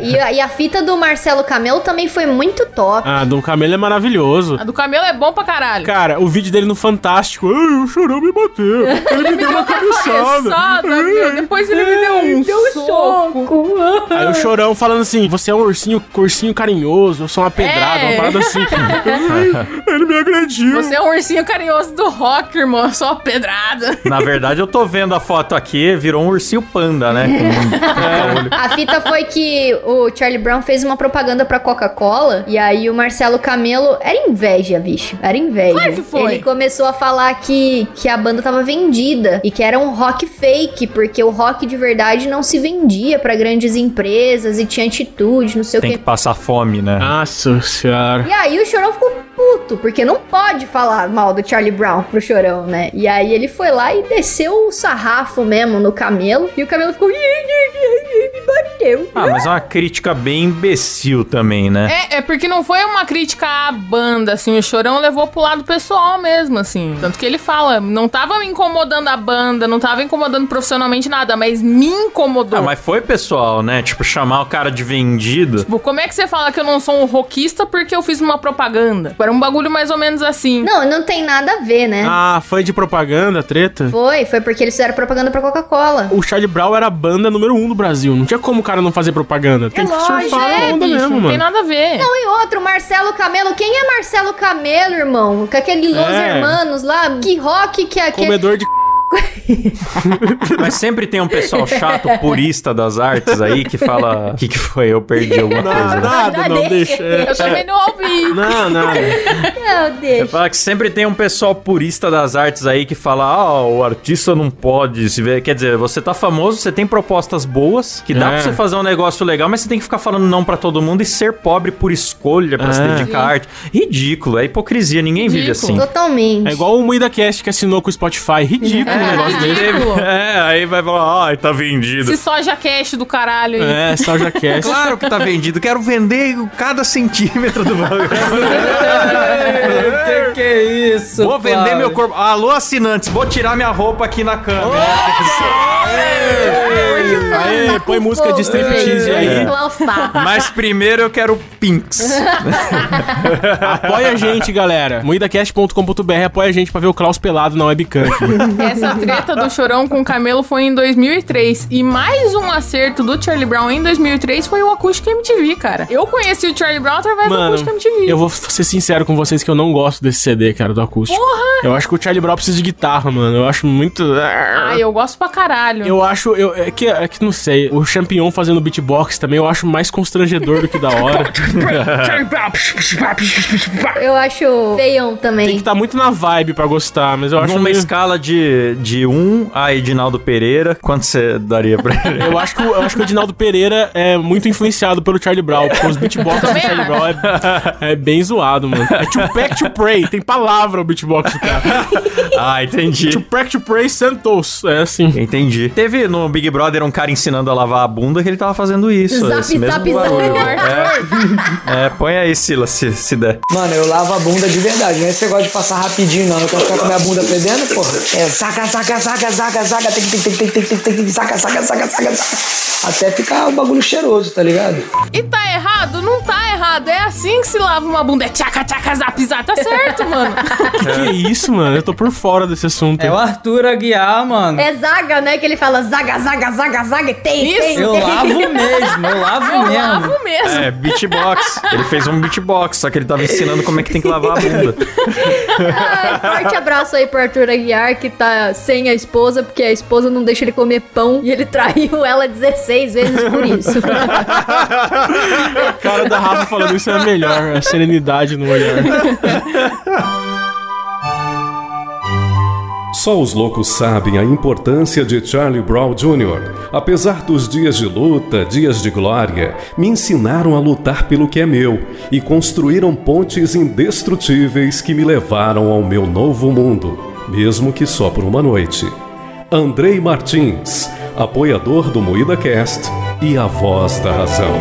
Speaker 3: e, a- e a fita do Marcelo Camelo também foi muito top.
Speaker 2: Ah, Dom Camelo é maravilhoso.
Speaker 4: A do Camelo é bom pra caralho.
Speaker 2: Cara, o vídeo dele no Fantástico. Ai, o Chorão me bateu. Ele me deu uma cabeçada.
Speaker 4: Cabeçada, é meu. Depois ele me deu um soco.
Speaker 2: Aí o Chorão falando assim, você é um ursinho, cursinho carinhoso, eu sou uma pedrada,
Speaker 4: É.
Speaker 2: uma parada assim. Ai, Ele me agrediu.
Speaker 4: Você é um ursinho carinhoso do rock, irmão. Só pedrada.
Speaker 1: Na verdade, eu tô vendo a foto aqui, virou um ursinho panda, né? Com-
Speaker 3: A fita foi que o Charlie Brown fez uma propaganda pra Coca-Cola e aí o Marcelo Camelo era inveja, bicho. Era inveja.
Speaker 4: Claro que foi.
Speaker 3: Ele começou a falar que, que a banda tava vendida e que era um rock fake, porque o rock de verdade não se vendia pra grandes empresas e tinha atitude, não sei
Speaker 1: Tem
Speaker 3: o
Speaker 1: que
Speaker 3: quê.
Speaker 1: passar fome, né?
Speaker 2: Nossa senhora.
Speaker 3: E aí o Chorão ficou puto, porque não pode falar mal do Charlie Brown pro Chorão, né? E aí ele foi lá e desceu o sarrafo mesmo no Camelo e o Camelo ficou... Me bateu.
Speaker 1: Ah, mas é uma crítica bem imbecil também, né?
Speaker 4: É, é porque não foi uma crítica à banda, assim. O Chorão levou pro lado pessoal mesmo, assim. Tanto que ele fala, não tava me incomodando a banda, não tava incomodando profissionalmente nada, mas me incomodou.
Speaker 1: Ah, mas foi pessoal, né? Tipo, chamar o cara de vendido.
Speaker 4: Tipo, como é que você fala que eu não sou um roquista porque eu fiz uma propaganda? Tipo, Era um bagulho mais ou menos assim.
Speaker 3: Não, não tem nada a ver, né?
Speaker 2: Ah, fã de propaganda, treta?
Speaker 3: Foi, foi porque eles fizeram propaganda pra Coca-Cola.
Speaker 2: O Charlie Brown era a banda número um do Brasil. Não tinha como o cara não fazer propaganda. Tem que
Speaker 3: lógico,
Speaker 2: surfar na
Speaker 4: É,
Speaker 2: onda
Speaker 4: bicho,
Speaker 2: mesmo,
Speaker 4: não tem
Speaker 2: mano.
Speaker 4: nada a ver.
Speaker 3: Não, Um e outro, Marcelo Camelo. Quem é Marcelo Camelo, irmão? Com aquele Los
Speaker 2: É.
Speaker 3: Hermanos lá. Que rock que é aquele.
Speaker 2: Comedor de c...
Speaker 1: Mas sempre tem um pessoal chato, purista das artes aí, que fala: o que, que foi? Eu perdi alguma coisa.
Speaker 2: Não,
Speaker 1: né?"
Speaker 2: nada, não, deixa. é.
Speaker 4: Eu também não ouvi.
Speaker 2: Não, nada.
Speaker 3: Não,
Speaker 1: Você
Speaker 3: deixa.
Speaker 1: fala que sempre tem um pessoal purista das artes aí que fala: ah, o artista não pode se ver. Quer dizer, você tá famoso, você tem propostas boas, que dá
Speaker 2: É.
Speaker 1: pra você fazer um negócio legal, mas você tem que ficar falando não pra todo mundo e ser pobre por escolha pra se
Speaker 2: É.
Speaker 1: dedicar à arte. Ridículo, é hipocrisia, ninguém vive assim.
Speaker 4: Ridículo.
Speaker 3: Totalmente.
Speaker 2: É igual o Muida Cast que assinou com o Spotify. Ridículo o negócio dele.
Speaker 4: É, Ridículo.
Speaker 1: É, aí vai falar, ai, tá vendido.
Speaker 4: Esse soja cash do caralho aí.
Speaker 2: É, Salja Cast.
Speaker 1: Claro que tá vendido, quero vender cada centímetro do bagulho.
Speaker 5: que que é isso?
Speaker 1: Vou vender
Speaker 5: Flávio?
Speaker 1: meu corpo. Alô, assinantes, vou tirar minha roupa aqui na câmera.
Speaker 3: tá
Speaker 4: tá
Speaker 2: Aê, põe música de striptease aí.
Speaker 1: Mas primeiro eu quero pinks.
Speaker 2: Apoia a gente, galera. MuidaCast.com.br apoia a gente pra ver o Klaus pelado na webcam. filho.
Speaker 4: Essa treta do Chorão com o Camelo foi em 2003. E mais um acerto do Charlie Brown em 2003 foi o Acústico MTV, cara. Eu conheci o Charlie Brown através do
Speaker 2: Mano,
Speaker 4: Acústico MTV.
Speaker 2: eu vou ser sincero com vocês que eu não gosto desse CD, cara, do acústico. Eu acho que o Charlie Brown precisa de guitarra, mano. Eu acho muito...
Speaker 4: Ah, eu gosto pra caralho.
Speaker 2: Eu acho, eu, é, que, é que não sei, o Champignon fazendo beatbox também eu acho mais constrangedor do que da hora.
Speaker 3: Eu acho
Speaker 2: Tem
Speaker 3: feião também.
Speaker 2: que tá muito na vibe pra gostar, mas eu acho
Speaker 1: Numa
Speaker 2: meio-
Speaker 1: escala de, de 1 a Edinaldo Pereira, quanto você daria pra ele?
Speaker 2: Eu acho, que, o- eu acho que o Edinaldo Pereira é muito influenciado pelo Charlie Brown, porque os beatbox do
Speaker 4: Também
Speaker 2: Charlie Brown é, é bem zoado, mano. É to pack to pray, tem palavra o beatbox do cara.
Speaker 1: ah,
Speaker 2: To
Speaker 1: entendi.
Speaker 2: pack to pray santos, é assim.
Speaker 1: Entendi. Teve no Big Brother um cara ensinando a lavar a bunda que ele tava fazendo isso.
Speaker 3: Zap,
Speaker 1: esse mesmo
Speaker 3: zap,
Speaker 1: barulho.
Speaker 4: zap.
Speaker 1: É. É, põe aí, Sila, se, se der.
Speaker 6: Mano, eu lavo a bunda de verdade. Não é esse negócio de passar rapidinho, não. Eu quero ficar com a minha bunda fedendo, porra. É saca, saca, saca, saca, saca, tem que, tem que, tem que, tem que, tem que, tem que, saca, um saca, saca, saca, saca. Até ficar o bagulho cheiroso, tá ligado?
Speaker 4: E tá errado? Não tá errado. É assim que se lava uma bunda. É tchaca, tchaca, zap, zap. Tá certo, mano.
Speaker 2: Que que é isso, mano? Eu tô por fora desse assunto.
Speaker 5: É o Arthur Aguiar, mano.
Speaker 3: É zaga, né? Que ele fala zaga, zaga, zaga, zaga. e Tem,
Speaker 4: Isso.
Speaker 3: tem,
Speaker 5: Eu
Speaker 3: tem.
Speaker 5: lavo mesmo, eu lavo
Speaker 4: Eu
Speaker 5: mesmo.
Speaker 4: lavo mesmo.
Speaker 1: É, beatbox. Ele fez um beatbox, só que ele tava ensinando como é que tem que lavar a bunda.
Speaker 3: Ai, forte abraço aí pro Arthur Aguiar, que tá sem a esposa, porque a esposa não deixa ele comer pão e ele traiu ela 16 vezes por isso.
Speaker 2: O cara da Rafa falando isso é melhor. A serenidade no olhar.
Speaker 7: Só os loucos sabem a importância de Charlie Brown Jr. Apesar dos dias de luta, dias de glória, me ensinaram a lutar pelo que é meu e construíram pontes indestrutíveis que me levaram ao meu novo mundo, mesmo que só por uma noite. Andrei Martins, apoiador do Moída Cast e a voz da razão.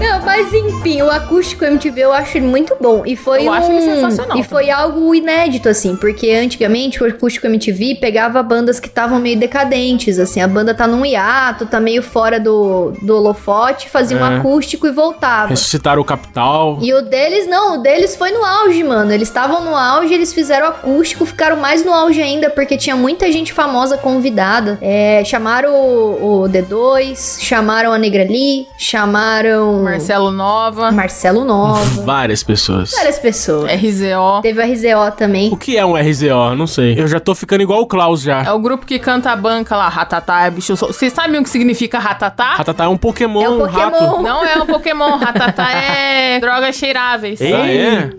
Speaker 3: Não, mas enfim, o acústico MTV eu acho ele muito bom. E foi
Speaker 4: Eu
Speaker 3: um...
Speaker 4: acho ele sensacional
Speaker 3: E foi algo inédito, assim, porque antigamente o acústico MTV pegava bandas que estavam meio decadentes, assim, a banda tá num hiato, tá meio fora do, do holofote, fazia um
Speaker 2: É.
Speaker 3: acústico e voltava.
Speaker 2: Ressuscitaram o capital.
Speaker 3: E o deles, não, o deles foi no auge, mano. Eles estavam no auge, eles fizeram acústico, ficaram mais no auge ainda, porque tinha muita gente famosa convidada. É, chamaram o, o D2, chamaram a Negra Lee, chamaram
Speaker 4: Marcelo Nova,
Speaker 3: Marcelo Nova,
Speaker 2: Várias pessoas.
Speaker 3: várias pessoas.
Speaker 4: RZO.
Speaker 3: Teve a RZO também.
Speaker 2: O que é um RZO? Não sei. Eu já tô ficando igual o Klaus já.
Speaker 4: É o grupo que canta a banca lá, ratatá, é bicho. sol. Vocês sabem o que significa ratatá?
Speaker 2: Ratatá é um Pokémon,
Speaker 3: É um
Speaker 2: um rato.
Speaker 3: Pokémon.
Speaker 4: Não é um Pokémon, ratatá é drogas cheiráveis.
Speaker 2: Ah, é?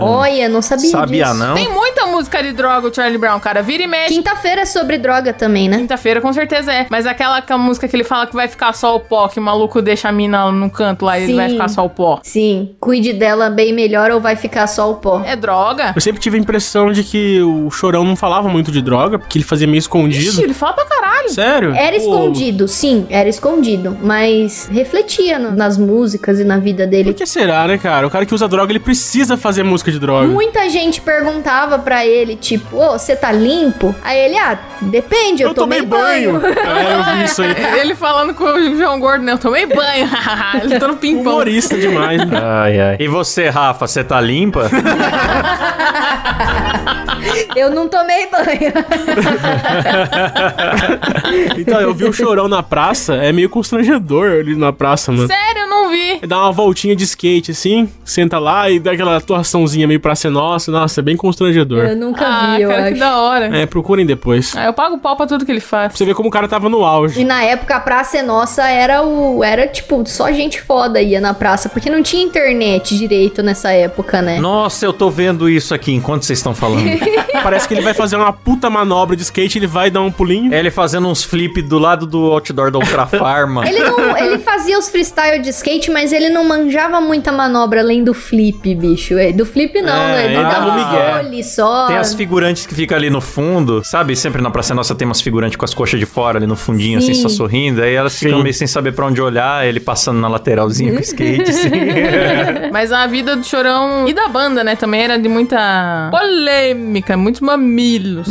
Speaker 3: Olha, não sabia
Speaker 1: Sabia
Speaker 3: disso.
Speaker 7: né?
Speaker 1: não?
Speaker 4: Tem muita música de droga, o Charlie Brown, cara. Vira e mexe.
Speaker 3: Quinta-feira é sobre droga também, né?
Speaker 4: Quinta-feira com certeza é. Mas aquela que- a música que ele fala que vai ficar só o pó, que o maluco deixa a mina no canto lá e ele
Speaker 3: Sim.
Speaker 4: vai ficar só o pó.
Speaker 3: Sim, cuide dela bem melhor ou vai ficar só o pó.
Speaker 4: É droga?
Speaker 2: Eu sempre tive a impressão de que o Chorão não falava muito de droga, porque ele fazia meio
Speaker 4: Ixi,
Speaker 2: escondido.
Speaker 4: ele fala pra caralho.
Speaker 2: Sério? Pô,
Speaker 3: Era escondido, sim, era escondido, mas refletia no- nas músicas e na vida dele.
Speaker 2: Por que será, né, cara? O cara que usa droga, ele precisa fazer música de droga.
Speaker 3: Muita gente perguntava pra ele, tipo, ô, você tá limpo? Aí ele, ah, depende, eu, tomei, banho.
Speaker 2: é, eu vi isso aí.
Speaker 4: Ele falando com o João Gordo, né? Eu tomei banho. ele tá no ping-pong.
Speaker 2: Humorista demais, né?
Speaker 1: Ai, ai. E você, Rafa, você tá limpa?
Speaker 3: eu não tomei banho.
Speaker 2: Então, eu vi o Chorão na praça, é meio constrangedor ele na praça, mano.
Speaker 4: Sério, eu não vi.
Speaker 2: Ele Dá uma voltinha de skate, assim, senta lá e dá aquela atuaçãozinha meio pra ser nossa. Nossa, é bem constrangedor.
Speaker 3: eu nunca
Speaker 4: Ah,
Speaker 3: vi, eu
Speaker 4: cara, que
Speaker 3: acho.
Speaker 4: da hora.
Speaker 2: É, procurem depois. Pra
Speaker 4: Ah, eu pago pau pra tudo que ele faz.
Speaker 2: você ver como o cara tava no auge.
Speaker 3: E na época a praça é nossa era o. Era tipo, só gente foda ia na praça, porque não tinha internet direito nessa época, né?
Speaker 1: Nossa, eu tô vendo isso aqui enquanto vocês estão falando.
Speaker 2: Parece que ele vai fazer uma puta manobra de skate, ele vai dar um pulinho.
Speaker 1: É ele fazendo uns flip do lado do outdoor da Ultra Farma.
Speaker 3: Ele, não, ele fazia os freestyle de skate, mas ele não manjava muita manobra além do flip, bicho. É, Do flip não,
Speaker 2: É,
Speaker 3: né? Ele
Speaker 2: ele
Speaker 1: dava
Speaker 3: dava
Speaker 1: o migué.
Speaker 3: um olho só.
Speaker 1: Tem as figurantes que ficam ali no fundo, sabe? Sempre na Praça Nossa tem umas figurantes com as coxas de fora ali no fundinho, assim,
Speaker 3: Sim.
Speaker 1: só sorrindo. Aí elas ficam
Speaker 2: Sim.
Speaker 1: meio sem saber pra onde olhar, ele passando na lateralzinha com o skate, assim.
Speaker 3: É.
Speaker 4: Mas a vida do Chorão e da banda, né? Também era de muita polêmica, muitos mamilos.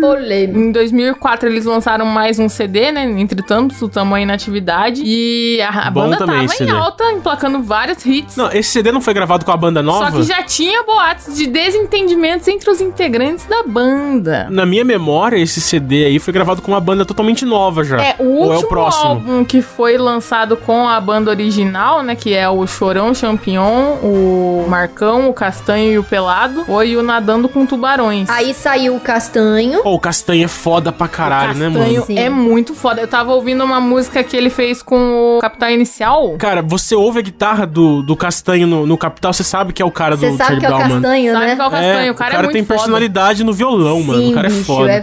Speaker 3: Polêmico.
Speaker 4: Em 2004 eles lançaram mais um CD, né? Entretanto, o tamanho na atividade. E a, a
Speaker 2: Bom
Speaker 4: banda
Speaker 2: também
Speaker 4: tava
Speaker 2: esse
Speaker 4: em
Speaker 2: CD.
Speaker 4: alta, emplacando vários hits.
Speaker 2: Não, esse CD não foi gravado com a banda nova?
Speaker 4: Só que já tinha boatos de desentendimentos entre os integrantes da banda.
Speaker 2: Na minha memória, esse CD aí foi gravado com uma banda totalmente nova já.
Speaker 4: É, o
Speaker 2: Ou
Speaker 4: último
Speaker 2: é o próximo?
Speaker 4: álbum que foi lançado com a banda original, né? Que é o Chorão Champion, o Marcão, o Castanho e o Pelado. Foi o Nadando com Tubarões.
Speaker 3: Aí saiu o castanho.
Speaker 2: Pô, o Castanho é foda pra caralho, né,
Speaker 4: Castanho
Speaker 2: mano?
Speaker 3: Sim.
Speaker 4: é muito foda. Eu tava ouvindo uma música que ele fez com o Capital Inicial.
Speaker 2: Cara, você ouve a guitarra do, do Castanho no, no Capital, você sabe que é o cara
Speaker 3: Você
Speaker 2: do Charlie
Speaker 3: sabe que é o
Speaker 2: Brown, mano.
Speaker 3: castanho,
Speaker 4: Sabe
Speaker 3: né?
Speaker 4: qual é o Castanho? o cara, é muito
Speaker 2: tem
Speaker 4: foda.
Speaker 2: personalidade no violão, mano. O cara é
Speaker 3: bicho,
Speaker 2: foda.
Speaker 3: é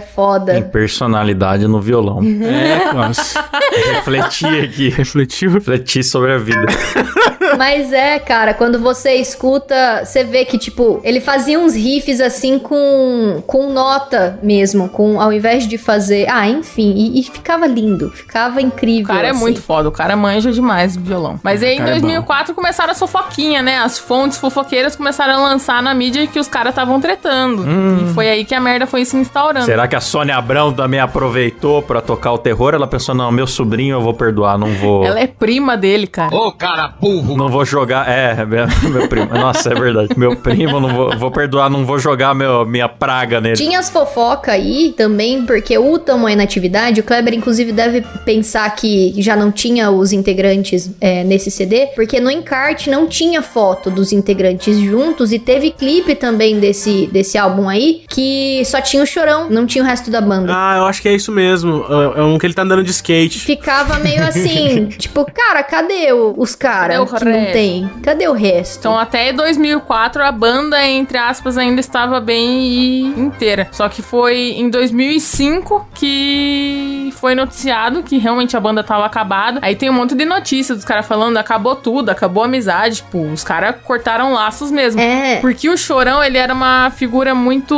Speaker 3: foda.
Speaker 1: Tem personalidade no violão.
Speaker 2: É, nossa.
Speaker 1: Refleti aqui.
Speaker 2: Refletiu.
Speaker 1: Refleti sobre a vida.
Speaker 3: Mas é, cara, quando você escuta, você vê que, tipo, ele fazia uns riffs assim com, com nota mesmo. com Ao invés de fazer. Ah, enfim. E, e ficava lindo. Ficava
Speaker 4: O
Speaker 3: incrível.
Speaker 4: cara é
Speaker 3: assim.
Speaker 4: muito foda, o cara manja demais do violão. Mas aí, em
Speaker 2: cara, é bom.
Speaker 4: 2004, começaram a fofoquinha, né? As fontes fofoqueiras começaram a lançar na mídia que os caras estavam tretando.
Speaker 2: Hum.
Speaker 4: E foi aí que a merda foi se instaurando.
Speaker 2: é
Speaker 1: Será que a Sônia Abrão também aproveitou pra tocar o terror? Ela pensou, não, meu sobrinho eu vou perdoar, não vou...
Speaker 4: Ela é prima dele, cara.
Speaker 1: Não vou jogar. É, meu, meu primo. Nossa, é verdade. Meu primo, não vou, vou perdoar, não vou jogar meu, minha praga nele.
Speaker 3: Tinha as fofoca aí também, porque o tamanho na atividade, o Kleber inclusive deve pensar que já não tinha os integrantes é, nesse CD, porque no encarte não tinha foto dos integrantes juntos e teve clipe também desse, desse álbum aí, que só tinha o Chorão, não tinha o resto da banda.
Speaker 2: Ah, eu acho que é isso mesmo. É é um que ele tá andando de skate.
Speaker 3: Ficava meio assim, tipo, cara, cadê o- os
Speaker 4: Cadê o
Speaker 3: caras que não
Speaker 4: resto?
Speaker 3: tem? Cadê o resto?
Speaker 4: Então, até 2004, a banda, entre aspas, ainda estava bem e inteira. Só que foi em 2005 que foi noticiado que realmente a banda estava acabada. Aí tem um monte de notícias dos caras falando, acabou tudo, acabou a amizade. Tipo, os caras cortaram laços mesmo.
Speaker 3: É.
Speaker 4: Porque o Chorão, ele era uma figura muito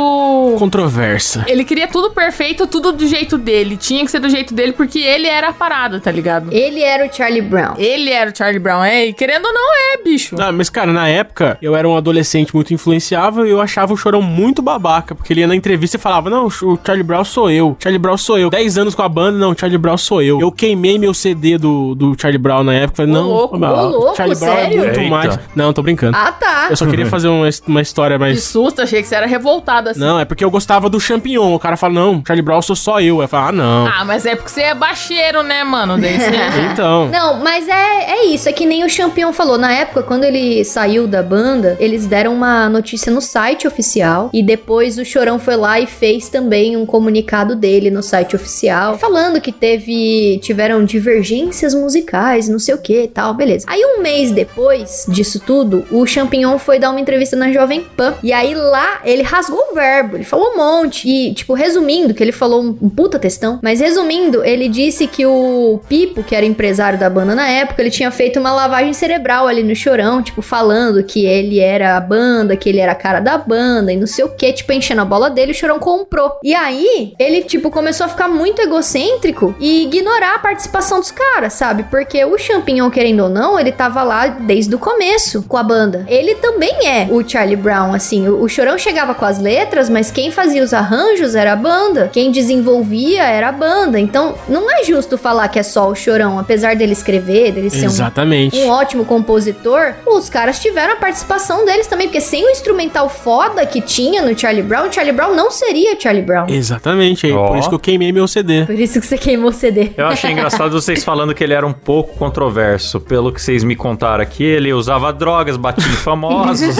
Speaker 2: Controversa.
Speaker 4: ele queria tudo perfeito, tudo do jeito dele. Tinha que ser do jeito dele, porque ele era a parada, tá ligado?
Speaker 3: Ele era o Charlie Brown.
Speaker 4: Ele era o Charlie Brown, é? E querendo ou não, é, bicho.
Speaker 2: Ah, mas, cara, na época, eu era um adolescente muito influenciável e eu achava o Chorão muito babaca, porque ele ia na entrevista e falava, não, o Charlie Brown sou eu, Charlie Brown sou eu. 10 anos com a banda, não, Charlie Brown sou eu. Eu queimei meu CD do, do Charlie Brown na época, falei,
Speaker 4: Ô,
Speaker 2: não,
Speaker 4: louco,
Speaker 2: mas,
Speaker 3: ô, louco,
Speaker 2: Charlie Brown
Speaker 3: sério?
Speaker 2: é muito
Speaker 1: Eita.
Speaker 2: mais... Não, tô brincando.
Speaker 3: Ah, tá.
Speaker 2: Eu só queria fazer uma, uma história
Speaker 4: Que
Speaker 2: mais...
Speaker 4: susto, achei que você era revoltado assim.
Speaker 2: Não, é porque eu gostava do Champignon. O cara fala, não, Charlie Brown sou só eu. Eu falo, ah, não.
Speaker 4: Ah, mas é porque você é baixeiro, né, mano? Daí você-
Speaker 2: Então...
Speaker 3: Não, mas é, é isso, é que nem o Champion falou. Na época, quando ele saiu da banda, eles deram uma notícia no site oficial. E depois o Chorão foi lá e fez também um comunicado dele no site oficial. Falando que teve. tiveram divergências musicais, não sei o que e tal, beleza. Aí um mês depois disso tudo, o Champignon foi dar uma entrevista na Jovem Pan. E aí lá ele rasgou o verbo, ele falou um monte. E, tipo, resumindo, que ele falou um um puta textão, mas resumindo, ele disse que o Pipo, que era empresário da banda na época, ele tinha feito uma lavagem cerebral ali no chorão, tipo, falando que ele era a banda, que ele era a cara da banda e não sei o que, tipo, enchendo a bola dele, o chorão comprou. E aí, ele, tipo, começou a ficar muito egocêntrico e ignorar a participação dos caras, sabe? Porque o Champignon, querendo ou não, ele tava lá desde o começo com a banda. Ele também é o Charlie Brown, assim. O, o Chorão chegava com as letras, mas quem fazia os arranjos era a banda. Quem desenvolvia era a banda. Então, não é justo falar que é só o Chorão. Apesar dele escrever, dele ser um
Speaker 2: Exatamente.
Speaker 3: um ótimo compositor, os caras tiveram a participação deles também, porque sem o instrumental foda que tinha no Charlie Brown, o Charlie Brown não seria Charlie Brown.
Speaker 2: Exatamente, aí,
Speaker 1: Ó.
Speaker 2: por isso que eu queimei meu CD.
Speaker 3: Por isso que você queimou o CD.
Speaker 1: Eu achei engraçado vocês falando que ele era um pouco controverso. Pelo que vocês me contaram aqui, ele usava drogas, batia em famosos,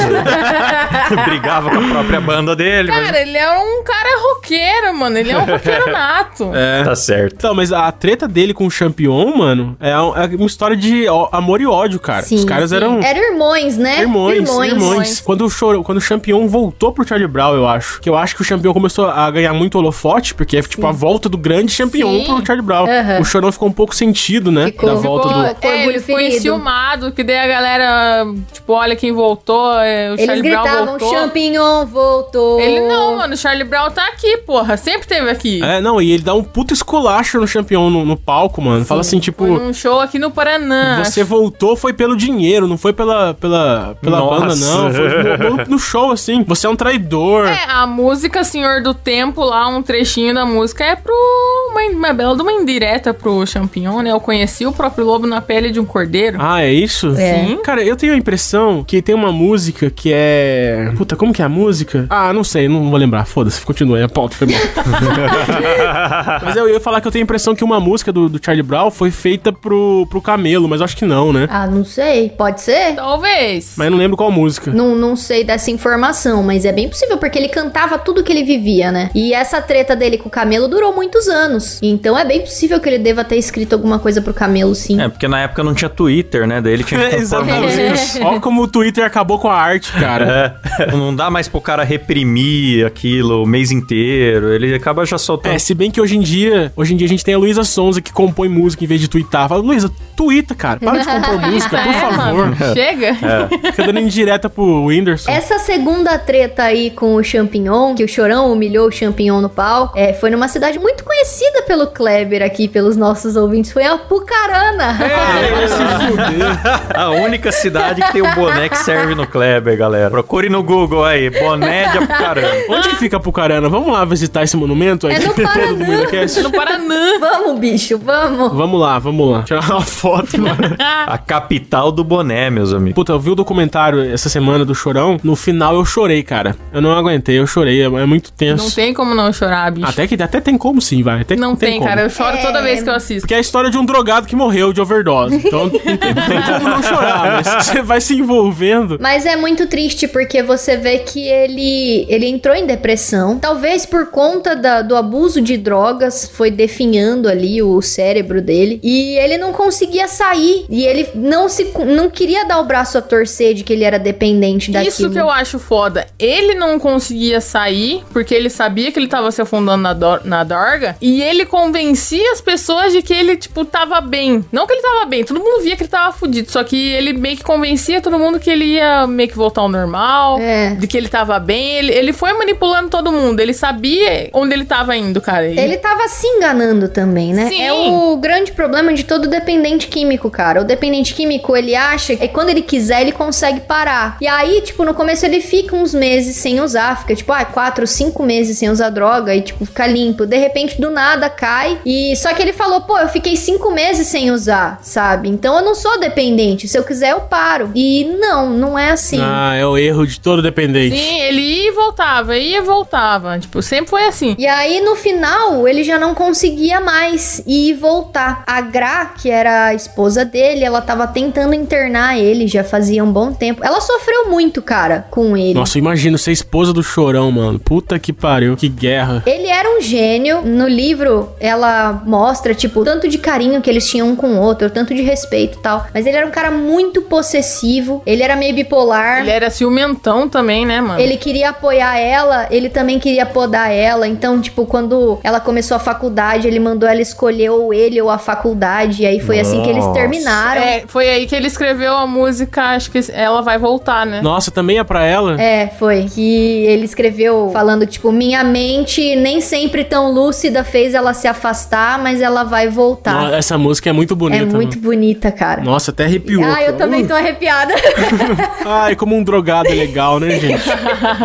Speaker 1: brigava com a própria banda dele. Mas...
Speaker 4: Cara, ele é um cara roqueiro, mano. Ele é um roqueiro nato.
Speaker 1: Tá certo.
Speaker 2: Então, mas a treta dele com o Champion, mano, é um- é uma história de ó- amor e ódio, cara. Os caras eram
Speaker 3: Eram irmãos,
Speaker 4: É
Speaker 3: né?
Speaker 2: irmãos, irmãos.
Speaker 4: irmãos.
Speaker 2: Quando o Choro, quando o Champion voltou pro Charlie Brown, eu acho. Que eu acho que o Champion começou a ganhar muito holofote, porque é tipo a volta do grande Champion
Speaker 4: Sim.
Speaker 2: pro Charlie Brown. O Chorão ficou um pouco sentido, né?
Speaker 3: Ficou.
Speaker 2: Da volta
Speaker 4: Ficou-
Speaker 2: do
Speaker 3: Com
Speaker 4: é,
Speaker 3: orgulho
Speaker 4: ele ficou
Speaker 3: ferido.
Speaker 4: enciumado, que daí a galera, tipo, olha quem voltou, é, o
Speaker 3: Eles
Speaker 4: Charlie Brown
Speaker 3: gritavam,
Speaker 4: voltou.
Speaker 3: Champignon voltou.
Speaker 4: Ele não, mano, o Charlie Brown tá aqui, porra. Sempre teve aqui.
Speaker 2: É, não, e ele dá um puto esculacho no Champion no, no palco, mano. Fala assim, tipo,
Speaker 4: Foi num um show aqui no Paraná.
Speaker 2: Você voltou foi pelo dinheiro, não foi pela, pela, pela
Speaker 1: Nossa.
Speaker 2: banda, não. Foi no, no- no show, assim. Você é um traidor.
Speaker 4: É, a música Senhor do Tempo, lá, um trechinho da música, é pro. Uma, uma bela de uma indireta pro Champignon, né? Eu conheci o próprio lobo na pele de um cordeiro.
Speaker 2: Ah, é isso?
Speaker 3: É.
Speaker 2: Sim. Cara, eu tenho a impressão que tem uma música que é. Puta, como que é a música? Ah, não sei, não vou lembrar. Foda-se, continua aí a pauta, foi mal. mas eu ia falar que eu tenho a impressão que uma música do, do Charlie Brown foi feita pro, pro Camelo, mas eu acho que não, né?
Speaker 3: Ah, não sei. Pode
Speaker 4: Ah.
Speaker 3: ser?
Speaker 4: Então. Talvez.
Speaker 2: Mas eu não lembro qual música.
Speaker 3: Não, não sei dessa informação, mas é bem possível, porque ele cantava tudo que ele vivia, né? E essa treta dele com o Camelo durou muitos anos. Então é bem possível que ele deva ter escrito alguma coisa pro Camelo, sim.
Speaker 1: É, porque na época não tinha Twitter, né? Daí ele tinha que compor
Speaker 2: Exatamente. Olha como o Twitter acabou com a arte, cara.
Speaker 1: É, não dá mais pro cara reprimir aquilo o mês inteiro. Ele acaba já soltando.
Speaker 2: É, se bem que hoje em dia, hoje em dia a gente tem a Luísa Sonza que compõe música em vez de twittar. Fala, Luísa, twita, cara. Para de compor música, por
Speaker 4: É,
Speaker 2: favor.
Speaker 4: mano, Chega.
Speaker 2: Fica dando indireta pro Whindersson.
Speaker 3: Essa segunda treta aí com o Champignon, que o Chorão humilhou o Champignon no pau, é, foi numa cidade muito conhecida escolhida pelo Kleber aqui, pelos nossos ouvintes, foi a Pucarana.
Speaker 1: É. A única cidade que tem um boné que serve no Kleber, galera. Procure no Google aí, boné de Apucarana.
Speaker 2: Onde
Speaker 4: Ah.
Speaker 2: que fica Pucarana? Vamos lá visitar esse monumento aí?
Speaker 3: É no Paranã.
Speaker 2: Minecast?
Speaker 4: No Paranã.
Speaker 3: Vamos, bicho, vamos.
Speaker 2: Vamos lá, vamos lá. Tirar uma foto, mano.
Speaker 1: A capital do boné, meus amigos.
Speaker 2: Puta, eu vi o documentário essa semana do Chorão. No final eu chorei, cara. Eu não aguentei, eu chorei. É, é muito tenso.
Speaker 4: Não tem como não chorar, bicho.
Speaker 2: Até que até tem como sim, vai. Até que
Speaker 4: não tem,
Speaker 2: como.
Speaker 4: cara. Eu choro toda vez que eu assisto.
Speaker 2: Porque é a história de um drogado que morreu de overdose. Então não tem, não tem como não chorar, mas você vai se envolvendo.
Speaker 3: Mas é muito triste porque você vê que ele ele entrou em depressão, talvez por conta da- do abuso de drogas, foi definhando ali o cérebro dele e ele não conseguia sair e ele não se não queria dar o braço a torcer de que ele era dependente daquilo.
Speaker 4: Isso que eu acho foda. Ele não conseguia sair porque ele sabia que ele tava se afundando na, dor- na dorga e ele convencia as pessoas de que ele, tipo, tava bem. Não que ele tava bem, todo mundo via que ele tava fudido, só que ele meio que convencia todo mundo que ele ia meio que voltar ao normal,
Speaker 3: É.
Speaker 4: de que ele tava bem. Ele, ele foi manipulando todo mundo, ele sabia onde ele tava indo, cara.
Speaker 3: Ele tava se enganando também, né?
Speaker 4: Sim.
Speaker 3: É o grande problema de todo dependente químico, cara. O dependente químico, ele acha que quando ele quiser, ele consegue parar. E aí, tipo, no começo ele fica uns meses sem usar, fica tipo, ah, quatro, cinco meses sem usar droga e, tipo, fica limpo. De repente, do nada, cai. E só que ele falou, pô, eu fiquei cinco meses sem usar, sabe? Então eu não sou dependente. Se eu quiser, eu paro. E não, não é assim.
Speaker 2: Ah, é o erro de todo dependente.
Speaker 4: Sim, ele ia e voltava, ia e voltava. Tipo, sempre foi assim.
Speaker 3: E aí, no final, ele já não conseguia mais ir voltar. A Gra, que era a esposa dele, ela tava tentando internar ele já fazia um bom tempo. Ela sofreu muito, cara, com ele.
Speaker 2: Nossa, imagina ser esposa do Chorão, mano. Puta que pariu, que guerra.
Speaker 3: Ele era um gênio. No livro, ela mostra, tipo, o tanto de carinho que eles tinham um com o outro, o tanto de respeito e tal. Mas ele era um cara muito possessivo. Ele era meio bipolar.
Speaker 4: Ele era ciumentão também, né, mano?
Speaker 3: Ele queria apoiar ela, ele também queria podar ela. Então, tipo, quando ela começou a faculdade, ele mandou ela escolher ou ele ou a faculdade. E aí foi assim que eles
Speaker 1: Nossa.
Speaker 3: terminaram. É.
Speaker 4: É, foi aí que ele escreveu a música, acho que ela vai voltar, né?
Speaker 2: Nossa, também é pra ela?
Speaker 3: foi. Que ele escreveu falando, tipo, minha mente nem sempre tão lúcida fez ela se afastar, mas ela vai voltar.
Speaker 2: No- Essa música é muito bonita.
Speaker 3: Tá. é muito
Speaker 2: mano.
Speaker 3: bonita, cara.
Speaker 2: Nossa, Uh. até arrepiou.
Speaker 3: Ah, eu também tô arrepiada.
Speaker 2: Ai, como um drogado é legal, né, gente?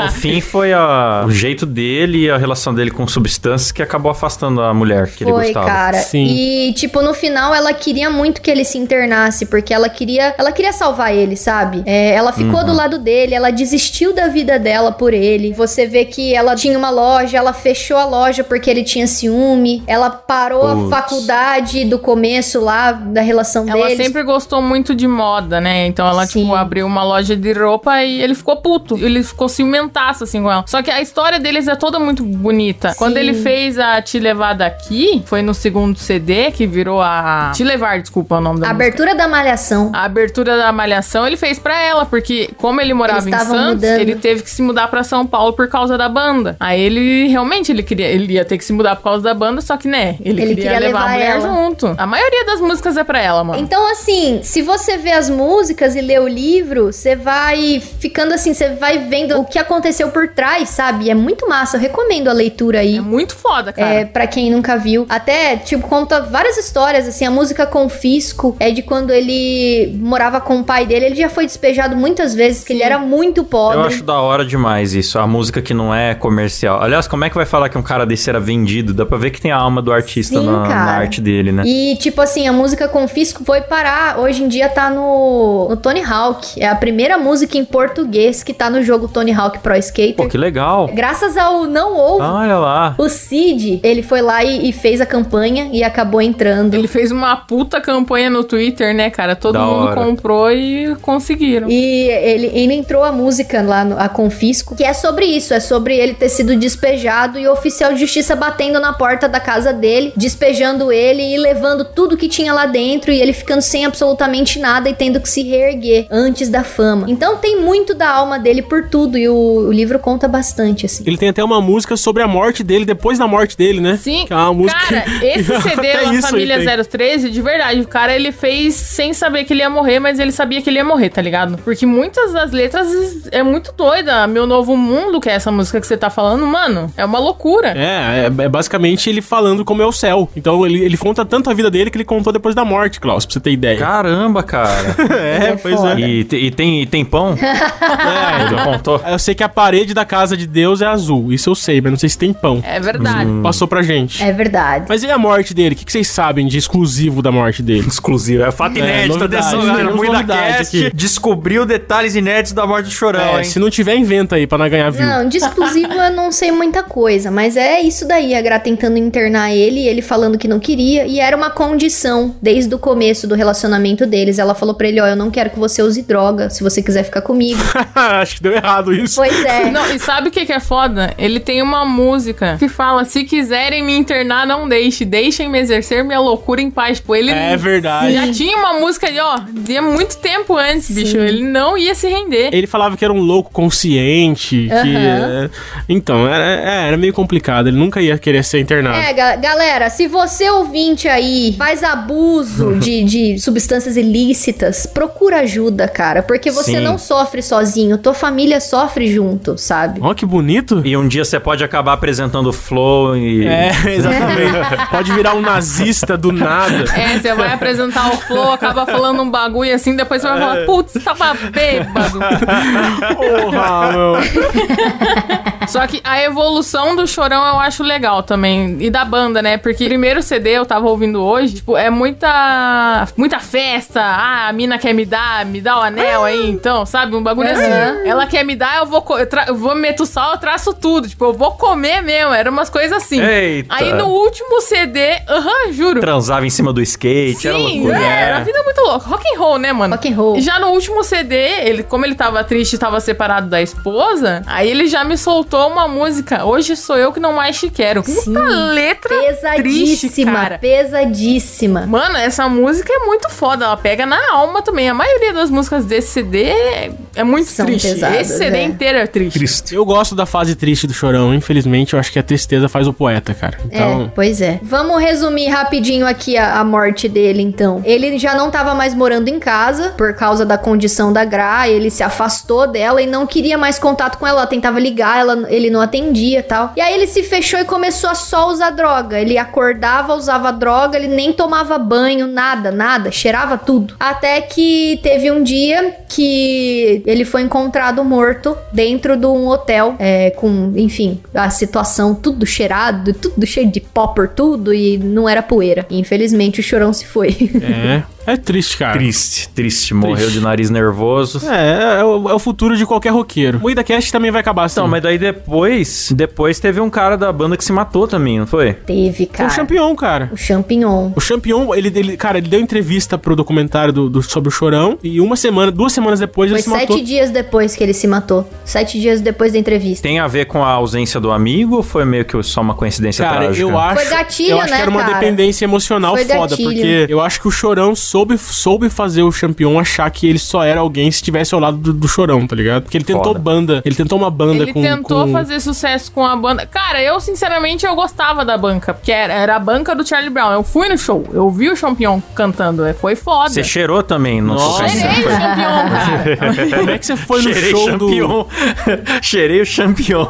Speaker 1: No fim, foi a- o jeito dele e a relação dele com substâncias que acabou afastando a mulher que ele
Speaker 3: Foi,
Speaker 1: gostava.
Speaker 3: cara.
Speaker 2: Sim.
Speaker 3: E, tipo, no final ela queria muito que ele se internasse, porque ela queria. Ela queria salvar ele, sabe? É, ela ficou
Speaker 1: Uhum.
Speaker 3: do lado dele, ela desistiu da vida dela por ele. Você vê que ela tinha uma loja, ela fechou a loja porque ele tinha ciúme. Ela parou
Speaker 1: Putz.
Speaker 3: a faculdade do começo lá, da relação
Speaker 4: Ela
Speaker 3: deles.
Speaker 4: sempre gostou muito de moda, né? Então ela,
Speaker 3: Sim.
Speaker 4: tipo, abriu uma loja de roupa e ele ficou puto. Ele ficou ciumentaço, assim, com ela. Só que a história deles é toda muito bonita.
Speaker 3: Sim.
Speaker 4: Quando ele fez a Te Levar Daqui, foi no segundo CD, que virou a... Te Levar, desculpa é o nome da
Speaker 3: A
Speaker 4: música.
Speaker 3: abertura da malhação.
Speaker 4: A abertura da Malhação ele fez pra ela, porque como ele morava
Speaker 3: Eles
Speaker 4: em
Speaker 3: estavam
Speaker 4: Santos,
Speaker 3: mudando.
Speaker 4: ele teve que se mudar pra São Paulo por causa da banda. Aí ele realmente ele queria, ele ia ter que se mudar por causa da banda, só que né, ele,
Speaker 3: Ele
Speaker 4: queria,
Speaker 3: queria
Speaker 4: levar,
Speaker 3: levar
Speaker 4: a mulher
Speaker 3: ela.
Speaker 4: junto. A maioria das músicas é pra ela, mano.
Speaker 3: Então, assim, se você vê as músicas e lê o livro, você vai ficando assim, você vai vendo o que aconteceu por trás, sabe? E é muito massa. Eu recomendo a leitura aí.
Speaker 4: É muito foda, cara.
Speaker 3: É, pra quem nunca viu. Até, tipo, conta várias histórias, assim, a música Confisco é de quando ele morava com o pai dele, ele já foi despejado muitas vezes, que ele era muito pobre.
Speaker 1: Eu
Speaker 4: né?
Speaker 1: acho da hora demais isso, a música que não é comercial. Aliás, como é que vai falar que um cara desse era vendido? Dá pra ver que tem a alma do artista
Speaker 3: Sim,
Speaker 1: na, na
Speaker 3: cara.
Speaker 1: arte dele, né?
Speaker 3: E, tipo assim, a música Confisco foi parar. Hoje em dia tá no, no Tony Hawk. É a primeira música em português que tá no jogo Tony Hawk Pro Skater.
Speaker 1: Pô, que legal.
Speaker 3: Graças ao Não Ouve,
Speaker 1: Ah, olha lá.
Speaker 3: o Cid, ele foi lá e, e fez a campanha e acabou entrando.
Speaker 4: Ele fez uma puta campanha no Twitter, né, cara? Todo
Speaker 1: Da
Speaker 4: mundo
Speaker 1: hora.
Speaker 4: comprou e conseguiram.
Speaker 3: E ele, ele entrou a música lá, no, a Confisco, que é sobre isso, é sobre ele ter sido despejado e o oficial de justiça batendo na porta da casa dele, despejando ele e levando tudo que tinha lá dentro e ele ficando sem absolutamente nada e tendo que se reerguer antes da fama. Então tem muito da alma dele por tudo e o, o livro conta bastante, assim.
Speaker 2: Ele tem até uma música sobre a morte dele, depois da morte dele, né?
Speaker 4: Sim,
Speaker 2: Que é uma música.
Speaker 4: cara, esse CD
Speaker 2: Até
Speaker 4: da
Speaker 2: isso
Speaker 4: Família
Speaker 2: ele tem.
Speaker 4: 013, de verdade, o cara ele fez sem saber que ele ia morrer, mas ele sabia que ele ia morrer, tá ligado? Porque muitas das letras é muito doida. Meu Novo Mundo, que é essa música que você tá falando, mano, é uma loucura.
Speaker 2: É, é, é basicamente ele falando como é o céu. Então ele, ele conta tanto a vida dele que ele contou depois da morte, Klaus, pra você ter ideia.
Speaker 1: Caramba, cara.
Speaker 2: é, pois é.
Speaker 1: E, te- e tem, e tem pão? é, então. contou.
Speaker 2: Eu sei que a parede da casa de Deus é azul. Isso eu sei, mas não sei se tem pão.
Speaker 4: É verdade.
Speaker 8: Hum.
Speaker 2: Passou pra gente.
Speaker 3: É verdade.
Speaker 2: Mas e a morte dele? O que que vocês sabem de exclusivo da morte dele?
Speaker 8: Exclusivo. É fato inédito
Speaker 2: novidade.
Speaker 8: dessa
Speaker 2: Sim,
Speaker 8: galera.
Speaker 2: temos
Speaker 8: Muito da
Speaker 2: novidade
Speaker 8: cast.
Speaker 2: aqui.
Speaker 8: Descobriu detalhes inéditos da morte do Chorão,
Speaker 2: É,
Speaker 8: hein?
Speaker 2: se não tiver, inventa aí pra não ganhar view.
Speaker 3: Não, de exclusivo eu não sei muita coisa, mas é isso daí, a Gra tentando internar ele, ele falando que não queria, e era uma condição desde o começo do relacionamento deles. Ela falou pra ele, ó, eu não quero que você use droga, se você quiser ficar comigo.
Speaker 2: Acho que deu errado isso.
Speaker 3: pois é.
Speaker 4: Não, e sabe o que, que é foda? Ele tem uma música que fala: se quiserem me internar, não deixe, deixem-me exercer minha loucura em paz. Pô, ele
Speaker 2: É verdade.
Speaker 4: já tinha uma música ali, ó, de muito tempo antes, bicho. Ele não ia se render.
Speaker 2: Ele falava que era um louco consciente, que...
Speaker 3: Aham.
Speaker 2: Então, era, é, era meio complicado. Ele nunca ia querer ser internado.
Speaker 3: É, ga- galera, se você ouvinte aí faz abuso de, de substâncias ilícitas, procura ajuda, cara, porque você
Speaker 1: Sim.
Speaker 3: não sofre sozinho, tua família sofre junto, sabe?
Speaker 2: Ó, que bonito.
Speaker 1: E um dia você pode acabar apresentando o Flow e.
Speaker 2: É, exatamente. Pode virar um nazista do nada.
Speaker 4: É, você vai apresentar o Flow, acaba falando um bagulho assim, depois você vai falar, putz, tava bêbado.
Speaker 3: É.
Speaker 2: Porra, meu.
Speaker 4: Só que a evolução do Chorão eu acho legal também. E da banda, né? Porque o primeiro CD eu tava ouvindo hoje, tipo, é muita. muita festa. Ah, a mina quer me dar, me dá o anel aí, então, sabe? Um bagulho assim. Ela quer me dar, eu vou, co- eu, tra- eu vou meter o sal, eu traço tudo. Tipo, eu vou comer mesmo. Era umas coisas assim.
Speaker 1: Eita.
Speaker 4: Aí no último CD, aham, juro.
Speaker 1: Transava em cima do skate, era
Speaker 4: Sim,
Speaker 1: loucura.
Speaker 4: é, era a vida é muito louca. Rock and roll, né, mano?
Speaker 3: Rock and roll.
Speaker 4: Já no último CD, ele, como ele tava triste e tava separado da esposa, aí ele já me soltou uma música. Hoje sou eu que não mais te quero. Puta letra triste,
Speaker 3: Pesadíssima,
Speaker 4: cara.
Speaker 3: pesadíssima.
Speaker 4: Mano, essa música é muito foda, ela pega na alma também. A maioria das músicas desse CD é- é muito
Speaker 3: São
Speaker 4: triste.
Speaker 3: pesadas,
Speaker 4: Esse CD
Speaker 3: é.
Speaker 4: inteiro é triste.
Speaker 2: Eu gosto da fase triste do chorão. Infelizmente, eu acho que a tristeza faz o poeta, cara.
Speaker 3: É,
Speaker 2: Então.
Speaker 3: pois é. Vamos resumir rapidinho aqui a, a morte dele, então. Ele já não tava mais morando em casa por causa da condição da Gra, ele se afastou dela e não queria mais contato com ela. Tentava ligar, ela, ele não atendia e tal. E aí ele se fechou e começou a só usar droga. Ele acordava, usava droga, ele nem tomava banho, nada, nada, cheirava tudo. Até que teve um dia que ele foi encontrado morto dentro de um hotel, é, com, enfim, a situação tudo cheirado, tudo cheio de pó por tudo e não era poeira. E, infelizmente o chorão se foi.
Speaker 2: É. É triste, cara.
Speaker 1: Triste, triste. Morreu
Speaker 2: Triste.
Speaker 1: de nariz nervoso.
Speaker 2: É, é, o, é o futuro de qualquer roqueiro. O IdaCast também vai acabar assim.
Speaker 1: Então, mas daí depois, depois teve um cara da banda que se matou também, não foi?
Speaker 3: teve,
Speaker 2: Foi
Speaker 3: cara.
Speaker 2: o Champion, É um cara.
Speaker 3: O champignon.
Speaker 2: O Champion, ele, ele- cara, ele deu entrevista pro documentário do, do- sobre o Chorão e uma semana, duas semanas depois
Speaker 3: Foi
Speaker 2: ele se matou.
Speaker 3: sete dias depois que ele se matou. Sete dias depois da entrevista.
Speaker 1: Tem a ver com a ausência do amigo ou foi meio que só uma coincidência
Speaker 2: Cara,
Speaker 1: trágica?
Speaker 2: eu acho,
Speaker 3: Foi gatilho,
Speaker 2: eu acho
Speaker 3: né,
Speaker 2: que era uma
Speaker 3: cara?
Speaker 2: dependência emocional
Speaker 3: Foi
Speaker 2: foda,
Speaker 3: gatilho.
Speaker 2: porque eu acho que o Chorão soube, soube fazer o Champion achar que ele só era alguém se estivesse ao lado do, do Chorão, tá ligado? Porque ele tentou
Speaker 1: Foda.
Speaker 2: banda, ele tentou uma banda
Speaker 4: Ele
Speaker 2: com...
Speaker 4: tentou
Speaker 2: com-
Speaker 4: fazer sucesso com a banda. Cara, eu sinceramente eu gostava da banca, porque era, era a banca do Charlie Brown. Eu fui no show, eu vi o Champion cantando, é, foi foda.
Speaker 1: Você cheirou também, não sei
Speaker 2: Nossa.
Speaker 1: se-
Speaker 4: Cheirei né? o Champion, cara.
Speaker 2: Como é que você foi no
Speaker 1: Cheirei
Speaker 2: show do...
Speaker 1: champion. Cheirei o champion.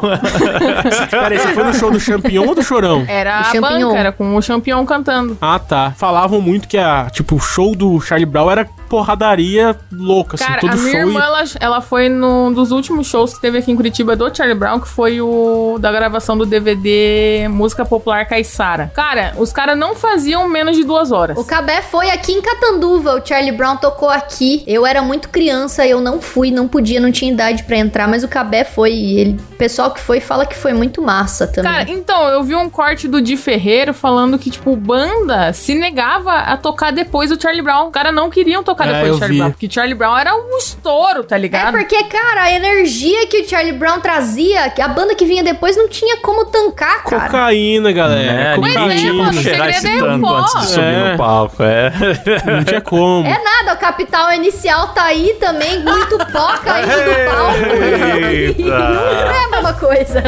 Speaker 1: É,
Speaker 2: Peraí, você foi no show do Champion ou do Chorão?
Speaker 4: Era
Speaker 3: O
Speaker 4: a
Speaker 3: Champignon.
Speaker 4: banca, era com o Champion cantando.
Speaker 2: Ah, tá. Falavam muito que a, tipo, o show do Charlie Brown era porradaria louca, assim,
Speaker 4: Cara,
Speaker 2: todo
Speaker 4: a minha
Speaker 2: show.
Speaker 4: irmã,
Speaker 2: e...
Speaker 4: ela, ela foi num dos últimos shows que teve aqui em Curitiba do Charlie Brown, que foi o da gravação do DVD Música Popular Caissara. Cara, os caras não faziam menos de duas horas.
Speaker 3: O Cabé foi aqui em Catanduva, o Charlie Brown tocou aqui. Eu era muito criança, eu não fui, não podia, não tinha idade pra entrar, mas o Cabé foi e ele, o pessoal que foi fala que foi muito massa também.
Speaker 4: Cara, então, eu vi um corte do Di Ferreiro falando que, tipo, banda se negava a tocar depois do Charlie Brown. Os caras não queriam tocar
Speaker 2: É,
Speaker 4: depois
Speaker 2: eu
Speaker 4: do Charlie
Speaker 2: vi.
Speaker 4: Brown. Porque Charlie Brown era um estouro, tá
Speaker 3: é
Speaker 4: ligado?
Speaker 3: porque, cara, a energia que o Charlie Brown trazia, que a banda que vinha depois não tinha como tancar, cara.
Speaker 2: Cocaína, galera.
Speaker 1: É,
Speaker 2: cocaína.
Speaker 1: ninguém tinha
Speaker 4: mano,
Speaker 1: como
Speaker 4: o
Speaker 1: cheirar
Speaker 4: segredo
Speaker 1: esse
Speaker 4: é o
Speaker 1: tango
Speaker 4: pó.
Speaker 1: antes de subir
Speaker 2: É.
Speaker 1: no palco. É.
Speaker 2: Não tinha como.
Speaker 3: É nada, o capital inicial tá aí também, muito pó caindo do palco.
Speaker 1: Eita.
Speaker 3: não é a mesma coisa.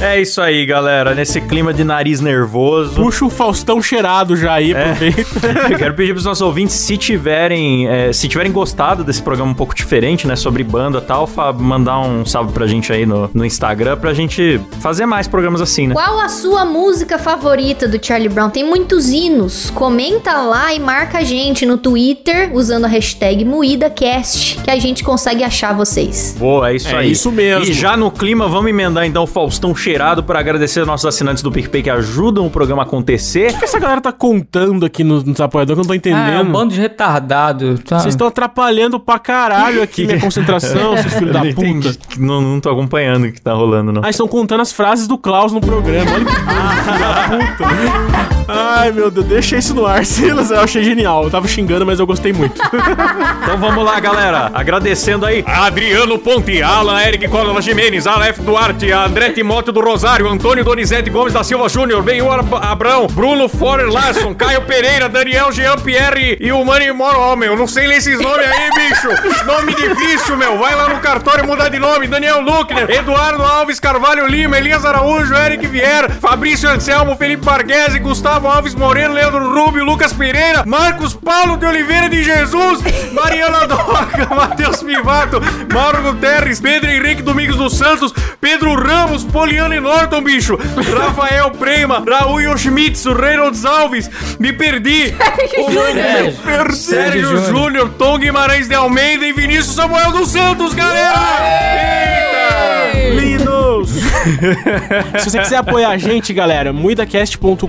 Speaker 1: É isso aí, galera. Nesse clima de nariz nervoso.
Speaker 2: Puxa o Faustão cheirado já aí,
Speaker 1: É.
Speaker 2: aproveita.
Speaker 1: Eu quero pedir pros nossos ouvintes, se tiverem, eh, se tiverem gostado desse programa um pouco diferente, né, sobre banda e tal, fa- mandar um salve pra gente aí no, no Instagram pra gente fazer mais programas assim, né?
Speaker 3: Qual a sua música favorita do Charlie Brown? Tem muitos hinos. Comenta lá e marca a gente no Twitter usando a hashtag MoídaCast, que a gente consegue achar vocês.
Speaker 1: Boa, é isso
Speaker 2: É
Speaker 1: aí.
Speaker 2: isso mesmo.
Speaker 1: E já no clima, vamos emendar então o Faustão cheirado para agradecer aos nossos assinantes do PicPay que ajudam o programa a acontecer.
Speaker 2: O que essa galera tá contando aqui nos, nos apoiadores que eu não tô
Speaker 5: Ah, é um
Speaker 2: entendendo?
Speaker 5: bando de retardado. Tá?
Speaker 2: Vocês estão atrapalhando pra caralho aqui minha concentração, seus filhos da
Speaker 1: Eu não entendi.
Speaker 2: puta.
Speaker 1: Não, não tô acompanhando o que tá rolando, não.
Speaker 2: Ah, estão contando as frases do Klaus no programa. Olha que filho da puta. Ai, meu Deus, deixa isso no ar, Silas. Eu achei genial. Eu tava xingando, mas eu gostei muito.
Speaker 1: Então vamos lá, galera. Agradecendo aí.
Speaker 8: Adriano Ponte, Alan Eric Córdoba Jimenez, Aleph Duarte, André Timóteo do Rosário, Antônio Donizete Gomes da Silva Júnior, Benhur Ab- Abrão, Bruno Forer Larson, Caio Pereira, Daniel Jean Pierre e o Mani Moro. Ó, meu, não sei ler esses nomes aí, bicho. Nome difícil, meu. Vai lá no cartório mudar de nome. Daniel Luckner, Eduardo Alves Carvalho Lima, Elias Araújo, Eric Vieira, Fabrício Anselmo, Felipe Barguese, Gustavo Alves Moreno, Leandro Rubio, Lucas Pereira, Marcos Paulo de Oliveira de Jesus, Mariana Doca, Matheus Pivato, Mauro Guterres, Pedro Henrique Domingos dos Santos, Pedro Ramos, Poliano e Norton, bicho, Rafael Prema, Raul Yoshimitsu, Reynolds Alves, me perdi, Sérgio, Sérgio Júnior, Tom Guimarães de Almeida e Vinícius Samuel dos Santos, galera! Eita!
Speaker 2: Lindos! Se você quiser apoiar a gente, galera, muidacast.com.br.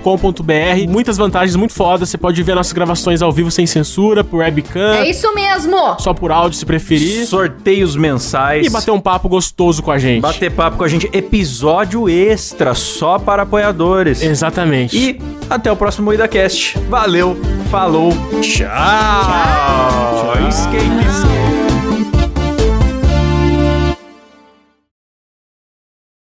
Speaker 2: Muitas vantagens, muito foda. Você pode ver nossas gravações ao vivo sem censura, por webcam,
Speaker 3: É isso mesmo!
Speaker 2: só por áudio se preferir.
Speaker 1: Sorteios mensais.
Speaker 2: E bater um papo gostoso com a gente.
Speaker 1: Bater papo com a gente, episódio extra só para apoiadores.
Speaker 2: Exatamente.
Speaker 1: E até o próximo IdaCast. Valeu, falou, tchau. tchau. Escape, escape.